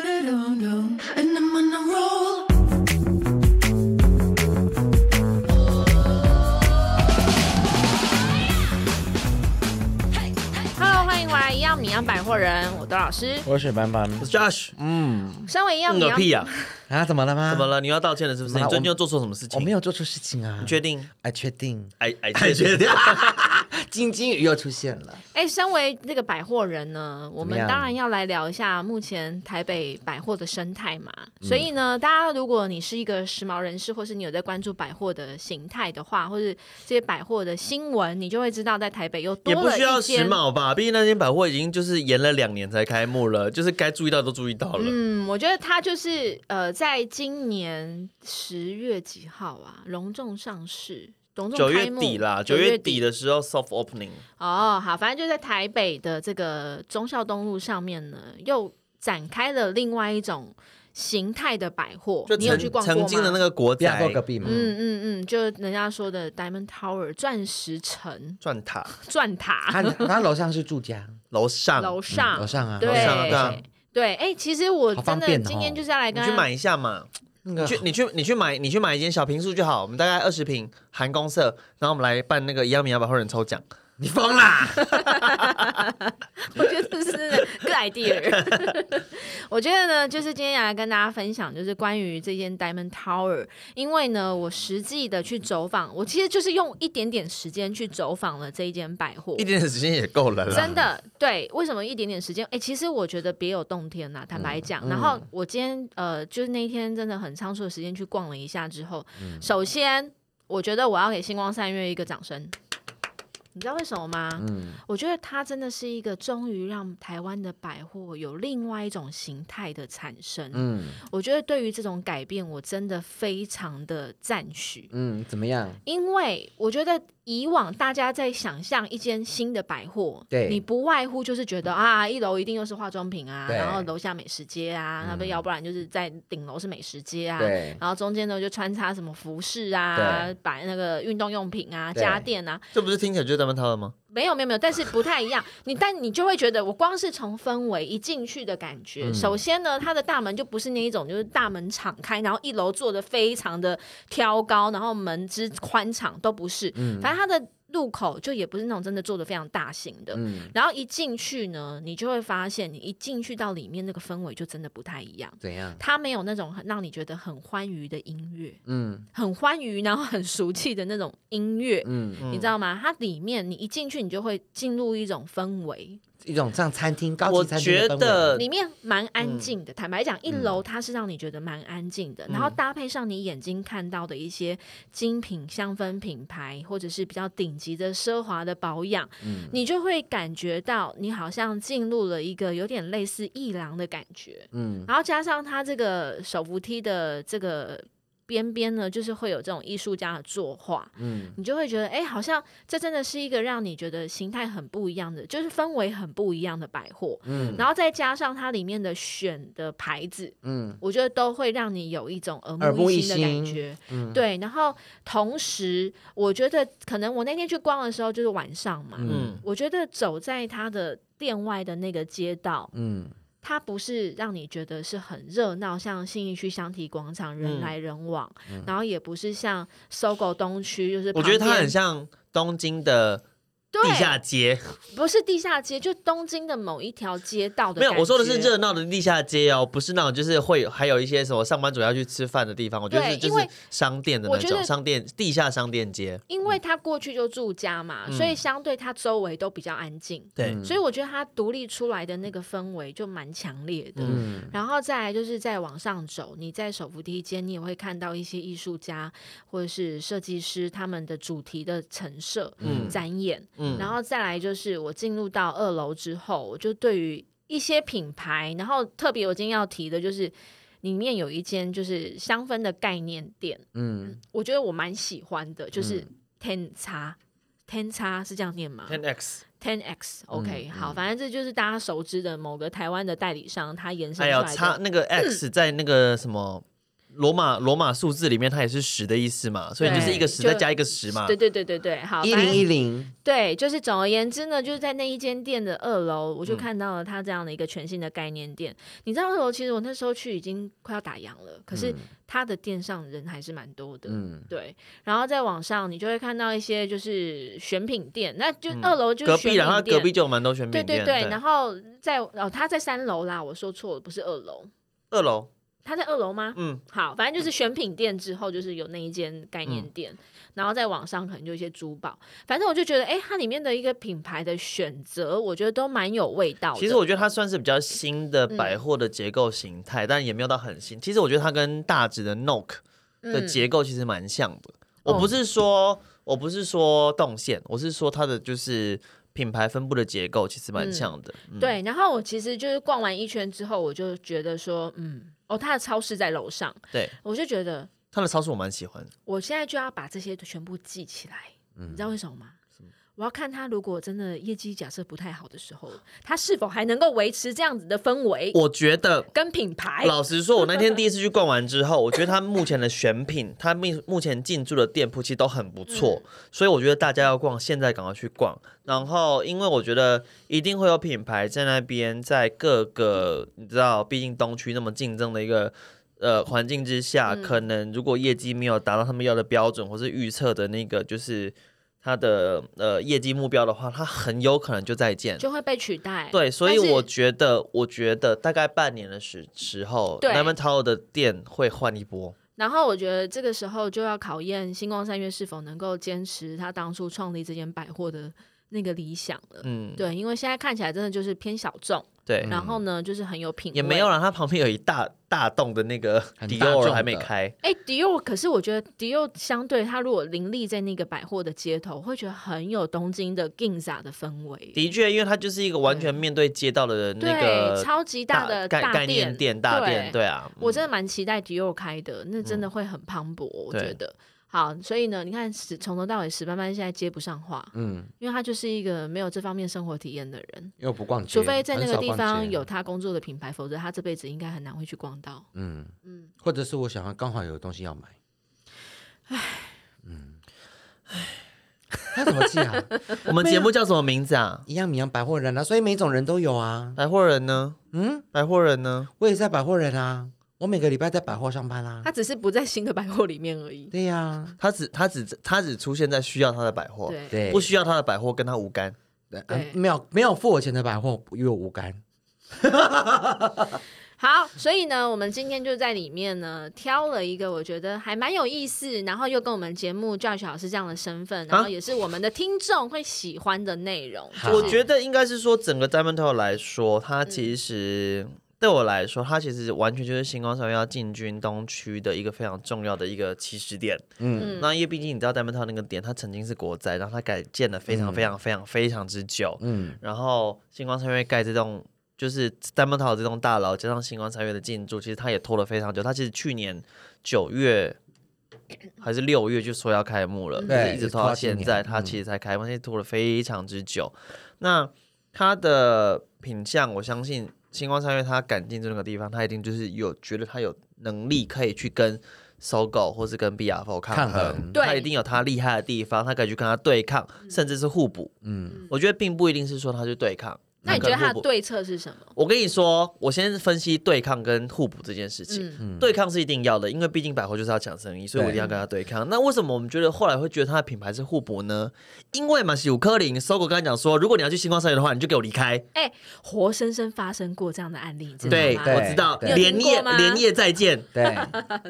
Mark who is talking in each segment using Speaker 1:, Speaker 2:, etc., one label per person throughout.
Speaker 1: And I'm on a roll.
Speaker 2: 哈喽，欢迎回来，一样米样百货人，我多老师。
Speaker 3: 我是班班
Speaker 4: 我是 Josh，
Speaker 2: 身为一样
Speaker 4: 嗯
Speaker 2: 米
Speaker 4: 个
Speaker 2: 样，
Speaker 4: 屁呀、
Speaker 3: 啊，怎么了吗？
Speaker 4: 怎么？了？你要道歉了是不是？
Speaker 3: 怎么
Speaker 4: 你
Speaker 3: 了
Speaker 4: 最近
Speaker 3: 我
Speaker 4: 又做错什么事情？
Speaker 3: 我没
Speaker 4: 有，
Speaker 3: 有做错事情啊，
Speaker 4: 确定？
Speaker 3: 哎，确定，
Speaker 4: 哎哎 哎，确定？
Speaker 3: 金金鱼又出现了，
Speaker 2: 哎、身为这个百货人呢，我
Speaker 3: 怎么
Speaker 2: 们
Speaker 3: 样
Speaker 2: 当然要来聊一下目前台北百货的生态嘛。
Speaker 4: 嗯
Speaker 2: 所以呢，大家如果你是一个时髦人士，或是你有在关注百货的形态的话，或是这些百货的新闻，你就会知道在台北又多
Speaker 4: 也不
Speaker 2: 了
Speaker 4: 需要
Speaker 2: 一
Speaker 4: 时
Speaker 2: 间。
Speaker 4: 髦吧，毕竟那间百货已经就是延了两年才开幕了，就是该注意到都注意到了。
Speaker 2: 嗯，我觉得它就是呃，在今年十月几号啊，隆重上市，隆重
Speaker 4: 九
Speaker 2: 开
Speaker 4: 月
Speaker 2: 幕
Speaker 4: 底啦，九
Speaker 2: 九
Speaker 4: 月底的时候 soft opening，
Speaker 2: 哦，好，反正就在台北的这个忠孝东路上面呢，又展开了另外一种形态的百货。
Speaker 4: 就
Speaker 2: 你有去
Speaker 4: 曾
Speaker 2: 逛过吗？
Speaker 4: 曾经的那个国
Speaker 3: 不要做隔
Speaker 4: 宅
Speaker 3: 壁嘛。
Speaker 2: 嗯嗯嗯，就是人家说的 Diamond Tower 钻石城
Speaker 4: 钻塔
Speaker 2: 钻
Speaker 3: 他
Speaker 2: 塔
Speaker 3: 他楼上是住家，
Speaker 4: 楼上，
Speaker 2: 楼上，
Speaker 3: 楼上啊，
Speaker 2: 对
Speaker 3: 楼上
Speaker 4: 嗯楼上
Speaker 2: 对，哎、其实我
Speaker 3: 好
Speaker 2: 真
Speaker 3: 方
Speaker 2: 的
Speaker 3: 便哦
Speaker 2: 今天就是要来
Speaker 4: 你
Speaker 2: 跟
Speaker 4: 去
Speaker 2: 他
Speaker 4: 买一下嘛。
Speaker 3: 那
Speaker 4: 你
Speaker 3: 个
Speaker 4: 去你去你去买你去买一间小平数就好，我们大概二十平含公社，然后我们来办那个一样米亚百货人抽奖。
Speaker 3: 你疯啦！
Speaker 2: 我觉得这是 good idea。我 觉得呢，就是今天要来跟大家分享，就是关于这间 Diamond Tower，因为呢，我实际的去走访，我其实就是用一点点时间去走访了这一间百货
Speaker 4: 一。点点时间也够
Speaker 3: 啊
Speaker 4: 了啦。
Speaker 2: 真的，对，为什么一点点时间？哎、其实我觉得别有洞天
Speaker 3: 嗯
Speaker 2: 呐、坦白讲。然后我今天呃，就是那一天真的很仓促的时间去逛了一下之后，
Speaker 3: 嗯
Speaker 2: 首先我觉得我要给星光三月一个掌声。你知道为什么吗？
Speaker 3: 嗯，
Speaker 2: 我觉得它真的是一个终于让台湾的百货有另外一种形态的产生。
Speaker 3: 嗯
Speaker 2: 我觉得对于这种改变，我真的非常的赞许。
Speaker 3: 嗯，怎么样？
Speaker 2: 因为我觉得以往大家在想象一间新的百货，
Speaker 3: 对
Speaker 2: 你不外乎就是觉得啊，一楼一定又是化妆品啊，
Speaker 3: 对嗯
Speaker 2: 然后楼下美食街啊，那不要不然就是在顶楼是美食街啊，
Speaker 3: 对
Speaker 2: 然后中间呢就穿插什么服饰啊
Speaker 3: 对，
Speaker 2: 摆那个运动用品啊、
Speaker 3: 对
Speaker 2: 家电啊，
Speaker 4: 这不是听起来就是他们掏的吗？
Speaker 2: 没有没有没有，但是不太一样。 你但你就会觉得，我光是从氛围一进去的感觉，首先呢，它的大门就不是那一种，就是大门敞开，然后一楼做的非常的挑高，然后门之宽敞都不是。反正它的入口就也不是那种真的做的非常大型的。
Speaker 3: 嗯，
Speaker 2: 然后一进去呢，你就会发现，你一进去到里面那个氛围就真的不太一样。
Speaker 3: 怎样？
Speaker 2: 它没有那种很让你觉得很欢愉的音乐，
Speaker 3: 嗯
Speaker 2: 很欢愉然后很俗气的那种音乐，
Speaker 3: 嗯，
Speaker 4: 嗯
Speaker 2: 你知道吗？它里面你一进去，你就会进入一种氛围，
Speaker 3: 一种像餐厅高
Speaker 4: 我
Speaker 3: 级餐厅的氛
Speaker 4: 觉
Speaker 3: 围
Speaker 4: 得
Speaker 2: 里面蛮安静的。坦白讲，一楼它是让你觉得蛮安静的，然后搭配上你眼睛看到的一些精品香氛品牌，或者是比较顶级的奢华的保养，你就会感觉到你好像进入了一个有点类似艺廊的感觉。
Speaker 3: 嗯
Speaker 2: 然后加上它这个手扶梯的这个边边呢，就是会有这种艺术家的作画，
Speaker 3: 嗯，
Speaker 2: 你就会觉得，哎，好像这真的是一个让你觉得形态很不一样的，就是氛围很不一样的百货。嗯，然后再加上它里面的选的牌子，
Speaker 3: 嗯
Speaker 2: 嗯，我觉得都会让你有一种耳
Speaker 3: 耳
Speaker 2: 目
Speaker 3: 目
Speaker 2: 一
Speaker 3: 一
Speaker 2: 新的
Speaker 3: 新
Speaker 2: 感觉。嗯，对。然后同时，我觉得可能我那天去逛的时候就是晚上嘛，
Speaker 4: 嗯，
Speaker 2: 我觉得走在它的店外的那个街道，
Speaker 3: 嗯
Speaker 2: 它不是让你觉得是很热闹，像信义区香堤广场
Speaker 4: 嗯
Speaker 2: 人来人往，然后也不是像搜狗东区，就是
Speaker 4: 我觉得它
Speaker 2: 旁边
Speaker 4: 很像东京的
Speaker 2: 对
Speaker 4: 地下街。
Speaker 2: 不是地下街，就东京的某一条街道的
Speaker 4: 没
Speaker 2: 感觉。
Speaker 4: 有，我说的是热闹的地下街哦，不是那种就是会有还有一些什么上班族要去吃饭的地方，我觉得
Speaker 2: 对
Speaker 4: 是就
Speaker 2: 因为
Speaker 4: 是商店的
Speaker 2: 我
Speaker 4: 那
Speaker 2: 觉得
Speaker 4: 种商店地下商店街。
Speaker 2: 因为他过去就住家嘛，所
Speaker 4: 嗯
Speaker 2: 以相对他周围都比较安静，
Speaker 4: 对，
Speaker 2: 所以我觉得他独立出来的那个氛围就蛮强烈的。
Speaker 3: 嗯
Speaker 2: 然后再来就是再往上走，你在手扶梯间，你也会看到一些艺术家或者是设计师他们的主题的陈设、
Speaker 4: 嗯
Speaker 2: 展演。
Speaker 4: 嗯
Speaker 2: 然后再来就是我进入到二楼之后，我就对于一些品牌，然后特别我今天要提的就是。里面有一间就是香氛的概念店，
Speaker 3: 嗯，
Speaker 2: 我觉得我蛮喜欢的，就是
Speaker 4: 嗯
Speaker 2: Ten 叉、t e n 叉是这样念吗
Speaker 4: Ten X，
Speaker 2: ？Ten
Speaker 4: 嗯
Speaker 2: X，OK，、好，反正这就是大家熟知的某个台湾的代理商，它延伸
Speaker 4: 哎
Speaker 2: 出
Speaker 4: 呦，
Speaker 2: 来
Speaker 4: 差
Speaker 2: 的。
Speaker 4: 那个 X 在那个什么罗马罗马数字里面它也是十的意思嘛，所以你就是一个十
Speaker 2: 对
Speaker 4: 再加一个十嘛
Speaker 2: 对。对对对对，好，
Speaker 3: 一
Speaker 2: 反
Speaker 3: 零
Speaker 2: 正
Speaker 3: 一零，
Speaker 2: 对，就是总而言之呢，就是在那一间店的二楼，我就
Speaker 4: 嗯
Speaker 2: 看到了它这样的一个全新的概念店。你知道二楼，其实我那时候去已经快要打烊了，可
Speaker 4: 嗯
Speaker 2: 是它的店上人还是蛮多的。
Speaker 3: 嗯，
Speaker 2: 对，然后再往上，你就会看到一些就是选品店，那就
Speaker 4: 嗯
Speaker 2: 二楼就是
Speaker 4: 隔
Speaker 2: 选
Speaker 4: 壁，
Speaker 2: 品
Speaker 4: 然后
Speaker 2: 店，
Speaker 4: 隔壁就有蛮多选
Speaker 2: 对
Speaker 4: 品
Speaker 2: 对
Speaker 4: 店，
Speaker 2: 对，然后在哦，他在三楼啦，我说错了，不是二楼，
Speaker 4: 二楼，
Speaker 2: 他在二楼吗？
Speaker 4: 嗯，
Speaker 2: 好，反正就是选品店之后，就是有那一间概念
Speaker 4: 嗯
Speaker 2: 店，然后再往上可能就一些珠宝。反正我就觉得，哎、它里面的一个品牌的选择，我觉得都蛮有味道的。嗯
Speaker 4: 其实我觉得它算是比较新的百货的结构形态，但也没有到很新。其实我觉得它跟大直的 Nok 的
Speaker 2: 嗯
Speaker 4: 结构其实蛮像的。
Speaker 2: 哦
Speaker 4: 我不是说我不是说动线，我是说它的就是品牌分布的结构其实蛮像的。嗯，
Speaker 2: 对，然后我其实就是逛完一圈之后，我就觉得说，嗯，哦，它的超市在楼上，
Speaker 4: 对，
Speaker 2: 我就觉得
Speaker 4: 它的超市我蛮喜欢的。
Speaker 2: 我现在就要把这些全部记起来，你
Speaker 4: 嗯
Speaker 2: 知道为什么吗？我要看他如果真的业绩假设不太好的时候，他是否还能够维持这样子的氛围
Speaker 4: 我觉得
Speaker 2: 跟品牌。
Speaker 4: 老实说，我那天第一次去逛完之后，我觉得它目前的选品，它目目前进驻的店铺其实都很不错，所以我觉得大家要逛，现在赶快去逛。然后，因为我觉得一定会有品牌在那边，在各个你知道，毕竟东区那么竞争的一个。呃，环境之下，可能如果业绩没有达到他们要的标准，或是预测的那个，就是它的呃业绩目标的话，它很有可能就再见。
Speaker 2: 就会被取代。
Speaker 4: 对，所以
Speaker 2: 但是
Speaker 4: 我觉得，我觉得大概半年的时时候
Speaker 2: 对
Speaker 4: n a m a t o 的店会换一波。
Speaker 2: 然后我觉得这个时候就要考验星光三月是否能够坚持他当初创立这间百货的那个理想了。
Speaker 4: 嗯，
Speaker 2: 对，嗯因为现在看起来真的就是偏小众，
Speaker 4: 对，
Speaker 2: 然后呢就是很有品味。
Speaker 4: 嗯也没有。了。它旁边有一大大栋的那个
Speaker 3: 很
Speaker 4: 迪
Speaker 3: 大众
Speaker 4: 奥
Speaker 3: 的
Speaker 4: 还没开，
Speaker 2: 哎，迪奥，可是我觉得迪奥相对它如果林立在那个百货的街头，我会觉得很有东京的 Ginza 的氛围。
Speaker 4: 的确，因为它就是一个完全面对街道的
Speaker 2: 嗯
Speaker 4: 那
Speaker 2: 对，
Speaker 4: 个
Speaker 2: 超级
Speaker 4: 大
Speaker 2: 的
Speaker 4: 概
Speaker 2: 大
Speaker 4: 概念店大店，。对啊，
Speaker 2: 我
Speaker 4: 嗯
Speaker 2: 真的蛮期待迪奥开的，那真的会很磅礴，我
Speaker 4: 对
Speaker 2: 觉得。好，所以呢，你看史从头到尾史班班现在接不上话，
Speaker 3: 嗯，
Speaker 2: 因为他就是一个没有这方面生活体验的人，
Speaker 3: 因为我不逛街，
Speaker 2: 除非在那
Speaker 3: 很
Speaker 2: 个
Speaker 3: 少
Speaker 2: 地
Speaker 3: 逛
Speaker 2: 方
Speaker 3: 街啊
Speaker 2: 有，他工作的品牌，否则他这辈子应该很难会去逛到。
Speaker 3: 嗯
Speaker 2: 嗯
Speaker 3: 嗯，或者是我想要刚好有东西要买，唉，嗯，唉，他怎么 记啊？
Speaker 4: 我们节目叫什么名字啊？
Speaker 3: 一样米阳百货人啊，所以每种人都有啊。
Speaker 4: 百货人呢？
Speaker 3: 嗯，
Speaker 4: 百货人呢？
Speaker 3: 我也在百货人啊，我每个礼拜在百货上班啦、
Speaker 2: 他只是不在新的百货里面而已。
Speaker 3: 对呀、
Speaker 4: 他只他只他只出现在需要他的百货，
Speaker 2: 对，
Speaker 3: 对，
Speaker 4: 不需要他的百货跟他无干。
Speaker 3: 呃
Speaker 2: 对
Speaker 3: 没有没有付我钱的百货与我无干。
Speaker 2: 好，所以呢，我们今天就在里面呢挑了一个我觉得还蛮有意思，然后又跟我们节目 Josh 老师这样的身份，然后也是我们的听众会喜欢的内容。
Speaker 3: 好
Speaker 4: 我觉得应该是说，整个 Diamond Tower 来说，它其实、对我来说，它其实完全就是星光三月要进军东区的一个非常重要的一个起始点。
Speaker 3: 嗯，
Speaker 2: 嗯
Speaker 4: 那因为毕竟你知道 Diamond Tower 那个点，它曾经是国宅，然后它改建了非常非常非常非常之久。
Speaker 3: 嗯
Speaker 4: 然后星光三月盖这栋。就是 Diamond Tower 这栋大楼，加上星光三月的进驻，其实它也拖了非常久。它其实去年九月还是六月就说要开幕了，
Speaker 2: 嗯
Speaker 4: 就是
Speaker 3: 对
Speaker 4: 一直拖到现在，
Speaker 3: 一直拖到今年
Speaker 4: 它其实才开幕，而且拖了非常之久。那它的品相，我相信星光三月它敢进驻那个地方，它一定就是有觉得它有能力可以去跟搜狗或是跟 B R F 抗
Speaker 3: 抗衡
Speaker 4: 衡，
Speaker 2: 对
Speaker 4: 它一定有它厉害的地方，它可以去跟它对抗，甚至是互补。
Speaker 3: 嗯，
Speaker 4: 我觉得并不一定是说他去对抗。
Speaker 2: 那你觉得
Speaker 4: 他
Speaker 2: 他的？对策是什么？
Speaker 4: 我跟你说，我先分析对抗跟互补这件事情。
Speaker 2: 嗯，
Speaker 4: 对抗是一定要的，因为毕竟百货就是要抢生意，所以我一定要跟他对
Speaker 2: 嗯
Speaker 4: 抗。那为什么我们觉得后来会觉得它的品牌是互补呢？因为马西五科林搜狗刚才讲说，如果你要去星光三月的话，你就给我离开。
Speaker 2: 哎、活生生发生过这样的案例，你知道
Speaker 4: 对，
Speaker 2: 吗？
Speaker 4: 我知道，
Speaker 2: 嗯你
Speaker 3: 对
Speaker 2: 有
Speaker 4: 连
Speaker 2: 听过
Speaker 4: 夜
Speaker 2: 吗
Speaker 4: 连夜再见。
Speaker 3: 对，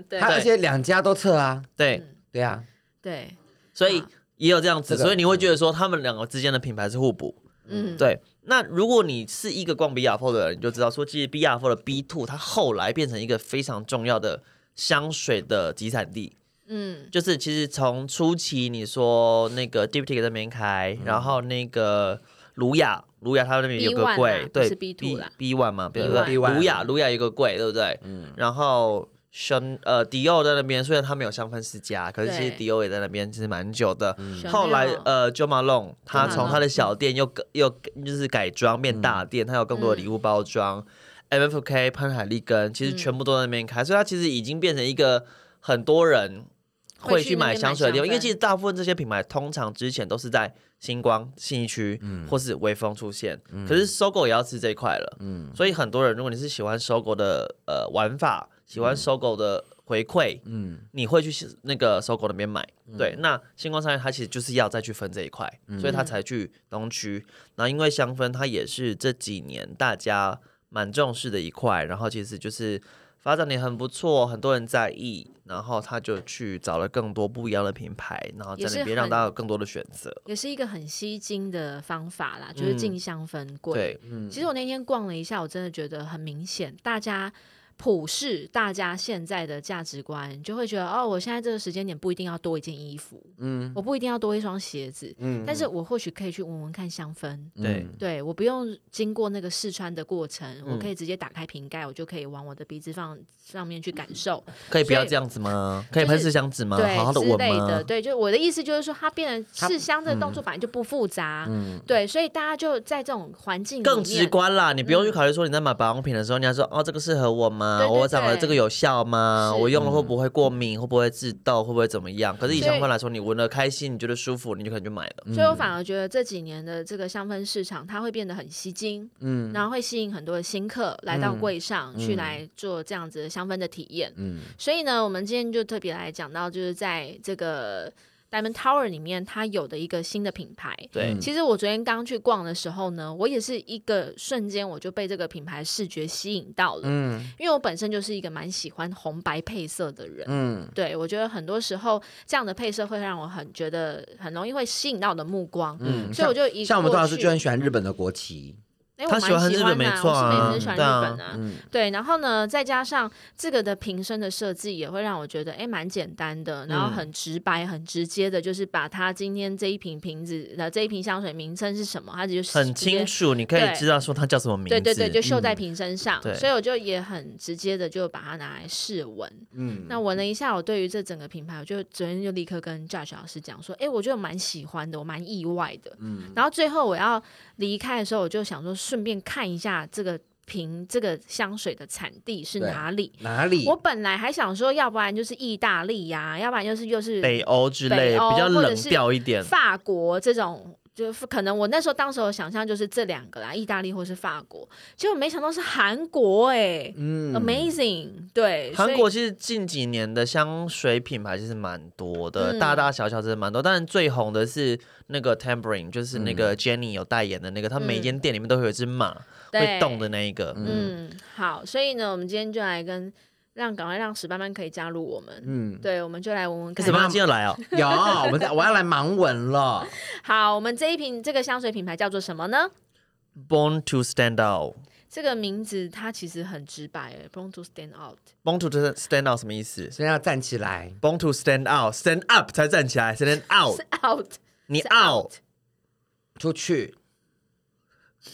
Speaker 2: 对
Speaker 3: 他而且两家都撤啊，
Speaker 4: 对，
Speaker 2: 嗯
Speaker 3: 对啊，
Speaker 2: 对，
Speaker 4: 所以
Speaker 2: 啊
Speaker 4: 也有这样子，
Speaker 3: 这个嗯
Speaker 4: 所以你会觉得说他们两个之间的品牌是互补。
Speaker 2: 嗯，
Speaker 4: 对，那如果你是一个逛 B R Four 的人，你就知道说，其实 B R Four 的 B Two 它后来变成一个非常重要的香水的集散地。
Speaker 2: 嗯，
Speaker 4: 就是其实从初期你说那个 d i p t y 那边开，然后那个卢雅，卢雅它那边有个
Speaker 2: B1 啦
Speaker 4: 柜，
Speaker 2: 啊不
Speaker 4: 对
Speaker 2: 是 B2 啦
Speaker 4: B One 嘛，对
Speaker 2: B1
Speaker 4: 不对？
Speaker 3: B1
Speaker 4: 卢雅，卢雅有个柜，对不对？
Speaker 3: 嗯
Speaker 4: 然后。香呃，迪奥在那边，虽然他没有香氛世家，可是其实
Speaker 2: 对
Speaker 4: 迪奥也在那边，其实蛮久的。
Speaker 2: Chanel
Speaker 4: 后来呃 j o Malone 他
Speaker 2: Jo
Speaker 4: 从
Speaker 2: Malone，
Speaker 4: 嗯
Speaker 2: 嗯
Speaker 4: 他的小店又更又更就是改装变大店，他有更多的礼物包装。 M F K、潘海利根，其实全部都在那边开，所以它其实已经变成一个很多人
Speaker 2: 会
Speaker 4: 会
Speaker 2: 去
Speaker 4: 去
Speaker 2: 那
Speaker 4: 买
Speaker 2: 边买
Speaker 4: 香水的地方，
Speaker 2: 香
Speaker 4: 因为其
Speaker 2: 氛
Speaker 4: 实大部分这些品牌通常之前都是在星光、信义区、或是微风出现，可是搜狗也要吃这一块了，
Speaker 3: 嗯
Speaker 4: 所以很多人如果你是喜欢搜狗的呃玩法，喜欢搜狗的回馈，
Speaker 3: 嗯
Speaker 4: 你会去那个搜狗那边买。对，那星光商业它其实就是要再去分这一块，所以它才去东区。然后因为香氛它也是这几年大家蛮重视的一块，然后其实就是发展也很不错，很多人在意，然后他就去找了更多不一样的品牌，然后
Speaker 2: 也
Speaker 4: 在
Speaker 2: 是
Speaker 4: 那边让
Speaker 2: 很
Speaker 4: 大家有更多的选择。
Speaker 2: 也是一个很吸睛的方法啦，就是
Speaker 4: 嗯
Speaker 2: 进香氛柜。
Speaker 4: 对，
Speaker 2: 其实我那天逛了一下，我真的觉得很明显，大家普世大家现在的价值观，就会觉得哦，我现在这个时间点不一定要多一件衣服，
Speaker 3: 嗯
Speaker 2: 我不一定要多一双鞋子，
Speaker 3: 嗯
Speaker 2: 但是我或许可以去闻闻看香氛。
Speaker 4: 对
Speaker 2: 对，我不用经过那个试穿的过程，我
Speaker 4: 嗯
Speaker 2: 可以直接打开瓶盖，我就可以往我的鼻子放上面去感受，
Speaker 4: 可以不
Speaker 2: 所以
Speaker 4: 要这样子吗？可以
Speaker 2: 就是
Speaker 4: 喷试香纸吗？
Speaker 2: 对
Speaker 4: 好好的
Speaker 2: 之
Speaker 4: 闻
Speaker 2: 类的。
Speaker 4: 吗？嗯
Speaker 2: 对，就我的意思就是说，它变成试香这个动作本来就不复杂，对，所以大家就在这种环境里
Speaker 4: 更
Speaker 2: 面
Speaker 4: 直观啦，你不用去考虑说你在买保养品的时候，你要说哦，这个适合我
Speaker 2: 嗯
Speaker 4: 吗？
Speaker 2: 对对
Speaker 4: 我长了这个有效吗？
Speaker 2: 是
Speaker 4: 我用了会不会过敏？会不会致痘？会不会怎么样？可是以
Speaker 2: 所以
Speaker 4: 相反来说，你闻了开心，你觉得舒服，你就可能就买了。
Speaker 2: 所以我反而觉得这几年的这个香氛市场，它会变得很吸睛，
Speaker 3: 嗯
Speaker 2: 然后会吸引很多的新客来到
Speaker 4: 嗯
Speaker 2: 柜上、去来做这样子的香氛的体验。
Speaker 3: 嗯
Speaker 2: 所以呢，我们今天就特别来讲到，就是在这个 Diamond Tower 里面，它有的一个新的品牌。
Speaker 4: 对，
Speaker 2: 其实我昨天刚去逛的时候呢，我也是一个瞬间我就被这个品牌视觉吸引到了，
Speaker 3: 嗯
Speaker 2: 因为我本身就是一个蛮喜欢红白配色的人，
Speaker 3: 嗯
Speaker 2: 对，我觉得很多时候这样的配色会让我很觉得很容易会吸引到我的目光，
Speaker 3: 嗯，
Speaker 2: 所以我就一
Speaker 3: 像我们
Speaker 2: 过
Speaker 3: 董老师
Speaker 2: 去
Speaker 3: 就很喜欢日本的国旗，
Speaker 2: 哎我
Speaker 4: 他
Speaker 2: 蛮
Speaker 4: 喜欢日本
Speaker 2: 欢
Speaker 4: 没
Speaker 2: 的啊
Speaker 4: 错
Speaker 2: 我是
Speaker 4: 啊
Speaker 2: 每次喜欢日
Speaker 4: 对啊
Speaker 2: 本啊，
Speaker 3: 嗯
Speaker 2: 对，然后呢，再加上这个的瓶身的设计也会让我觉得哎蛮简单的，然后
Speaker 4: 嗯
Speaker 2: 很直白、很直接的，就是把它今天这一瓶瓶子呃这一瓶香水名称是什么，它就是
Speaker 4: 很
Speaker 2: 直接
Speaker 4: 清楚，你可以
Speaker 2: 对
Speaker 4: 知道说它叫什么名字。
Speaker 2: 对
Speaker 4: 嗯
Speaker 2: 对对，就绣在瓶身上，
Speaker 4: 对
Speaker 2: 所以我就也很直接的就把它拿来试闻。
Speaker 3: 嗯
Speaker 2: 那闻了一下，我对于这整个品牌，我就昨天就立刻跟 Josh 老师讲说，哎、我觉得我蛮喜欢的，我蛮意外的。
Speaker 3: 嗯
Speaker 2: 然后最后我要离开的时候，我就想说，顺便看一下这个瓶这个香水的产地是
Speaker 3: 对
Speaker 2: 哪里。
Speaker 3: 哪里？
Speaker 2: 我本来还想说，要不然就是意大利呀、要不然就是又是
Speaker 4: 北欧之类，
Speaker 2: 北欧
Speaker 4: 比较
Speaker 2: 或者
Speaker 4: 冷
Speaker 2: 是
Speaker 4: 调一点。
Speaker 2: 法国这种，就是可能我那时候当时我想象就是这两个啦，意大利或是法国，结果没想到是韩国哎、
Speaker 3: 嗯
Speaker 2: a m a z i n g 对，
Speaker 4: 韩
Speaker 2: 所
Speaker 4: 国
Speaker 2: 以
Speaker 4: 其实近几年的香水品牌其实蛮多的，
Speaker 2: 嗯
Speaker 4: 大大小小真的蛮多。当然最红的是那个 Tambourine，就是那个 Jenny 有代言的
Speaker 2: 嗯
Speaker 4: 那个，它每间店里面都会有一只马、会
Speaker 2: 对
Speaker 4: 动的那一个。
Speaker 2: 嗯，好，所以呢，我们今天就来跟让赶快让史班班可以加入我们，
Speaker 3: 嗯，
Speaker 2: 对，我们就来闻闻
Speaker 4: 可
Speaker 2: 看
Speaker 4: 是。他今天来哦，
Speaker 3: 有，我们在我要来盲文了。
Speaker 2: 好，我们这一瓶这个香水品牌叫做什么呢？
Speaker 4: Born to Stand Out，Born
Speaker 2: 这个名字它其实很直白诶，Born to Stand Out。
Speaker 4: to Stand Out 什么意思
Speaker 3: 现在要站起来，
Speaker 4: ？Born to Stand Out，Stand Up 才站起来，Stand Out，
Speaker 2: Out，
Speaker 4: 你
Speaker 2: 是
Speaker 4: Out，
Speaker 3: 出去，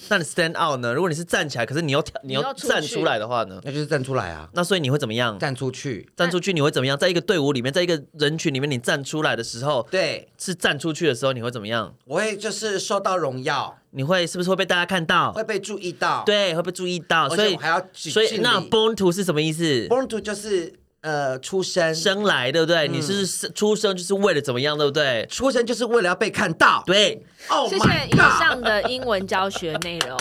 Speaker 4: 那你 Stand Out 呢？如果你是站起来，可是你又跳，你
Speaker 2: 你要
Speaker 4: 又
Speaker 2: 出去
Speaker 4: 站出来的话呢？
Speaker 3: 那就是站出来啊，
Speaker 4: 那所以你会怎么样？
Speaker 3: 站出去。
Speaker 4: 站出去你会怎么样？在一个队伍里面，在一个人群里面，你站出来的时候，
Speaker 3: 对，
Speaker 4: 是站出去的时候，你会怎么样？
Speaker 3: 我会就是受到荣耀，
Speaker 4: 你会是不是会被大家看到
Speaker 3: 会？被注意到。，
Speaker 4: 对，会被注意到。
Speaker 3: 而
Speaker 4: 所
Speaker 3: 且
Speaker 4: 以
Speaker 3: 我还要举
Speaker 4: 所以
Speaker 3: 敬
Speaker 4: 那
Speaker 3: 礼
Speaker 4: born to 是什么意思？
Speaker 3: born to 就是呃出生，
Speaker 4: 生来对不对？你是生出生就是为了怎么样，对不对？
Speaker 3: 出生就是为了要被看到。
Speaker 4: 对，
Speaker 3: ，Oh
Speaker 2: 谢谢
Speaker 3: my
Speaker 2: 以
Speaker 3: god，
Speaker 2: 上的英文教学内 容。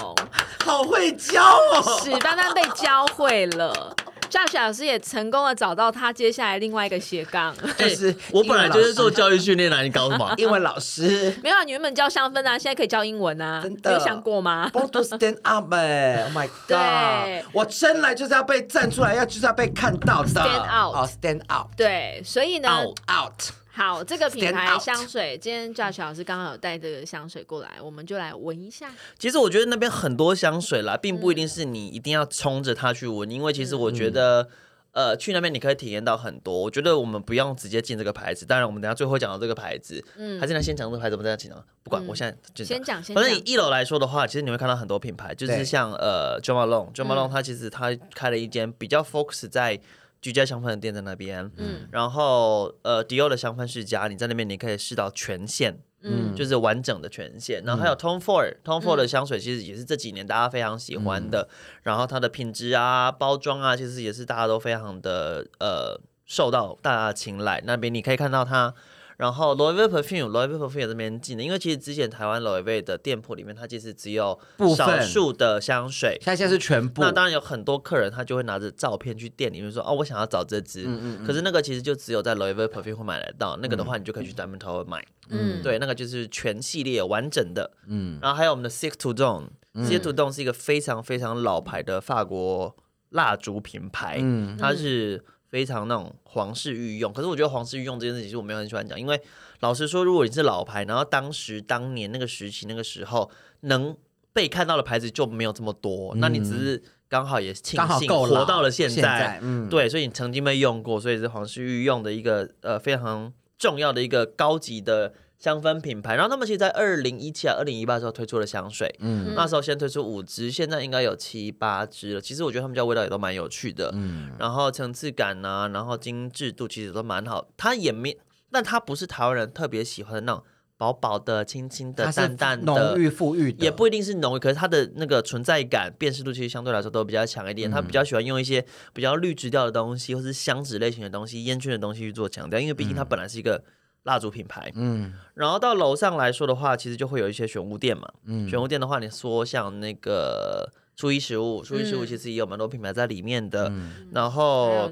Speaker 3: 好会教哦。
Speaker 2: 史班班被教会了。Josh 老师也成功的找到他接下来另外一个斜 杠，
Speaker 3: 就是
Speaker 4: 我本来就是做
Speaker 3: 英文老师？
Speaker 4: 教育训练来，你搞什么啊
Speaker 3: 英文老师
Speaker 2: 没有啊，你原本教香氛啊，现在可以教英文啊，
Speaker 3: 真
Speaker 2: 你
Speaker 3: 的
Speaker 2: 有想过吗？
Speaker 3: ，born to stand up 哎，Oh my
Speaker 2: 对
Speaker 3: god，我生来就是要被站出来，要就是要被看到的。
Speaker 2: Stand out
Speaker 3: 哦，stand out
Speaker 2: 对，所以呢，
Speaker 4: Out
Speaker 3: out，
Speaker 2: 好，这个品
Speaker 3: Stand
Speaker 2: 牌
Speaker 3: out
Speaker 2: 香水，今天 Josh 老师刚好有带这个香水过来，我们就来闻一下。
Speaker 4: 其实我觉得那边很多香水啦，并不一
Speaker 3: 嗯
Speaker 4: 定是你一定要冲着它去闻，因为其实我觉得。呃，去那边你可以体验到很多。我觉得我们不用直接进这个牌子，当然我们等一下最后会讲到这个牌子，
Speaker 2: 嗯
Speaker 4: 还是那先讲这个牌子，我们再讲。
Speaker 3: 嗯
Speaker 4: 不管，我现在就
Speaker 2: 先讲，先
Speaker 4: 反
Speaker 2: 讲
Speaker 4: 正以一楼来说的话，其实你会看到很多品牌，就是
Speaker 3: 对
Speaker 4: 像呃 Jo Malone，Jo
Speaker 2: 嗯
Speaker 4: Malone 它其实它开了一间比较 focus 在居家香氛的店在那边，嗯，然后呃 Dior 的香氛世家，你在那边你可以试到全线，
Speaker 2: 嗯
Speaker 4: 就是完整的权限。然后还
Speaker 3: 嗯
Speaker 4: 有 Tom Ford，Tom Ford 的香水其实也是这几年大家非常喜欢的，
Speaker 3: 嗯
Speaker 4: 然后它的品质啊、包装啊，其实也是大家都非常的呃受到大家的青睐。那边你可以看到它。然后 l o e v e Perfume，Loewe Perfume 这边进的，因为其实之前台湾 Loewe 的店铺里面，它其实只有
Speaker 3: 部分
Speaker 4: 少数的香水，
Speaker 3: 它现在是全部
Speaker 4: 那，当然有很多客人他就会拿着照片去店里面说哦，我想要找这支。可是那个其实就只有在 Loewe Perfume 会买得到，那个的话你就可以去 Diamond Tower 买。
Speaker 2: 嗯，
Speaker 4: 对，那个就是全系列完整的。
Speaker 3: 嗯，
Speaker 4: 然后还有我们的 Six to Dawn。Six to Dawn 是一个非常非常老牌的法国蜡烛品牌，
Speaker 3: 嗯
Speaker 4: 它是非常那种皇室御用。可是我觉得皇室御用这件事情，其实我没有很喜欢讲，因为老实说，如果你是老牌，然后当时当年那个时期那个时候能被看到的牌子就没有这么多，那你只是刚好也庆
Speaker 3: 刚好
Speaker 4: 幸
Speaker 3: 够
Speaker 4: 活
Speaker 3: 老
Speaker 4: 到了现
Speaker 3: 现在嗯
Speaker 4: 对，所以你曾经被用过，所以是皇室御用的一个呃非常重要的一个高级的香氛品牌。然后他们其实在二零一七啊、二零一八的时候推出了香水，
Speaker 3: 嗯
Speaker 4: 那时候先推出五支，现在应该有七八支了。其实我觉得他们家味道也都蛮有趣的，
Speaker 3: 嗯，
Speaker 4: 然后层次感呐、然后精致度其实都蛮好。它也没，但它不是台湾人特别喜欢的那种薄薄的、轻轻的、
Speaker 3: 它是
Speaker 4: 淡淡的
Speaker 3: 浓。郁富裕的，
Speaker 4: 也不一定是浓郁，可是它的那个存在感、辨识度其实相对来说都比较强一点。他比
Speaker 3: 嗯
Speaker 4: 较喜欢用一些比较绿植调的东西，或是香脂类型的东西、烟熏的东西去做强调，因为毕竟它本来是一个蜡烛品牌。
Speaker 3: 嗯
Speaker 4: 然后到楼上来说的话，其实就会有一些玄物店嘛。
Speaker 3: 嗯
Speaker 4: 玄物店的话，你说像那个初一十五，初一十五
Speaker 2: 嗯
Speaker 4: 其实也有蛮多品牌在里面的。
Speaker 3: 嗯
Speaker 4: 然
Speaker 2: 还
Speaker 4: 后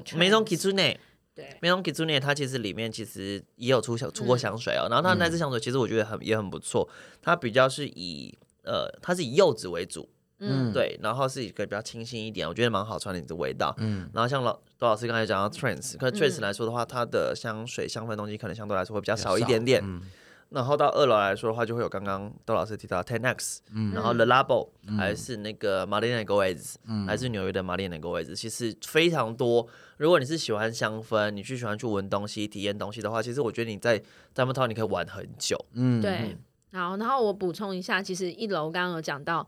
Speaker 2: 有Trans
Speaker 4: Maison Kitsune。
Speaker 2: 对，
Speaker 4: Maison Kitsune 它其实里面其实也有出香出过香
Speaker 3: 嗯
Speaker 4: 水哦，然后它那支香水其实我觉得很也很不错，它比较是以呃它是以柚子为主，
Speaker 2: 嗯，
Speaker 4: 对，然后是一个比较清新一点，我觉得蛮好穿的一支味道。
Speaker 3: 嗯
Speaker 4: 然后像老杜老师刚才讲到 Trance，可是
Speaker 2: 嗯
Speaker 4: Trance 来说的话，它的香水香氛东西可能相对来说会比较少一
Speaker 3: 少
Speaker 4: 点点。
Speaker 3: 嗯
Speaker 4: 然后到二楼来说的话，就会有刚刚窦老师提到 Ten X，、
Speaker 3: 嗯
Speaker 4: 然后 The Labo，、还是那个 Marina Goez，、
Speaker 3: 嗯
Speaker 4: 还是纽约的 Marina Goez，其实非常多。如果你是喜欢香氛，你去喜欢去闻东西、体验东西的话，其实我觉得你在 d i a m o n d 你可以玩很久。
Speaker 3: 嗯，
Speaker 2: 对，好，然后我补充一下，其实一楼刚刚有讲到，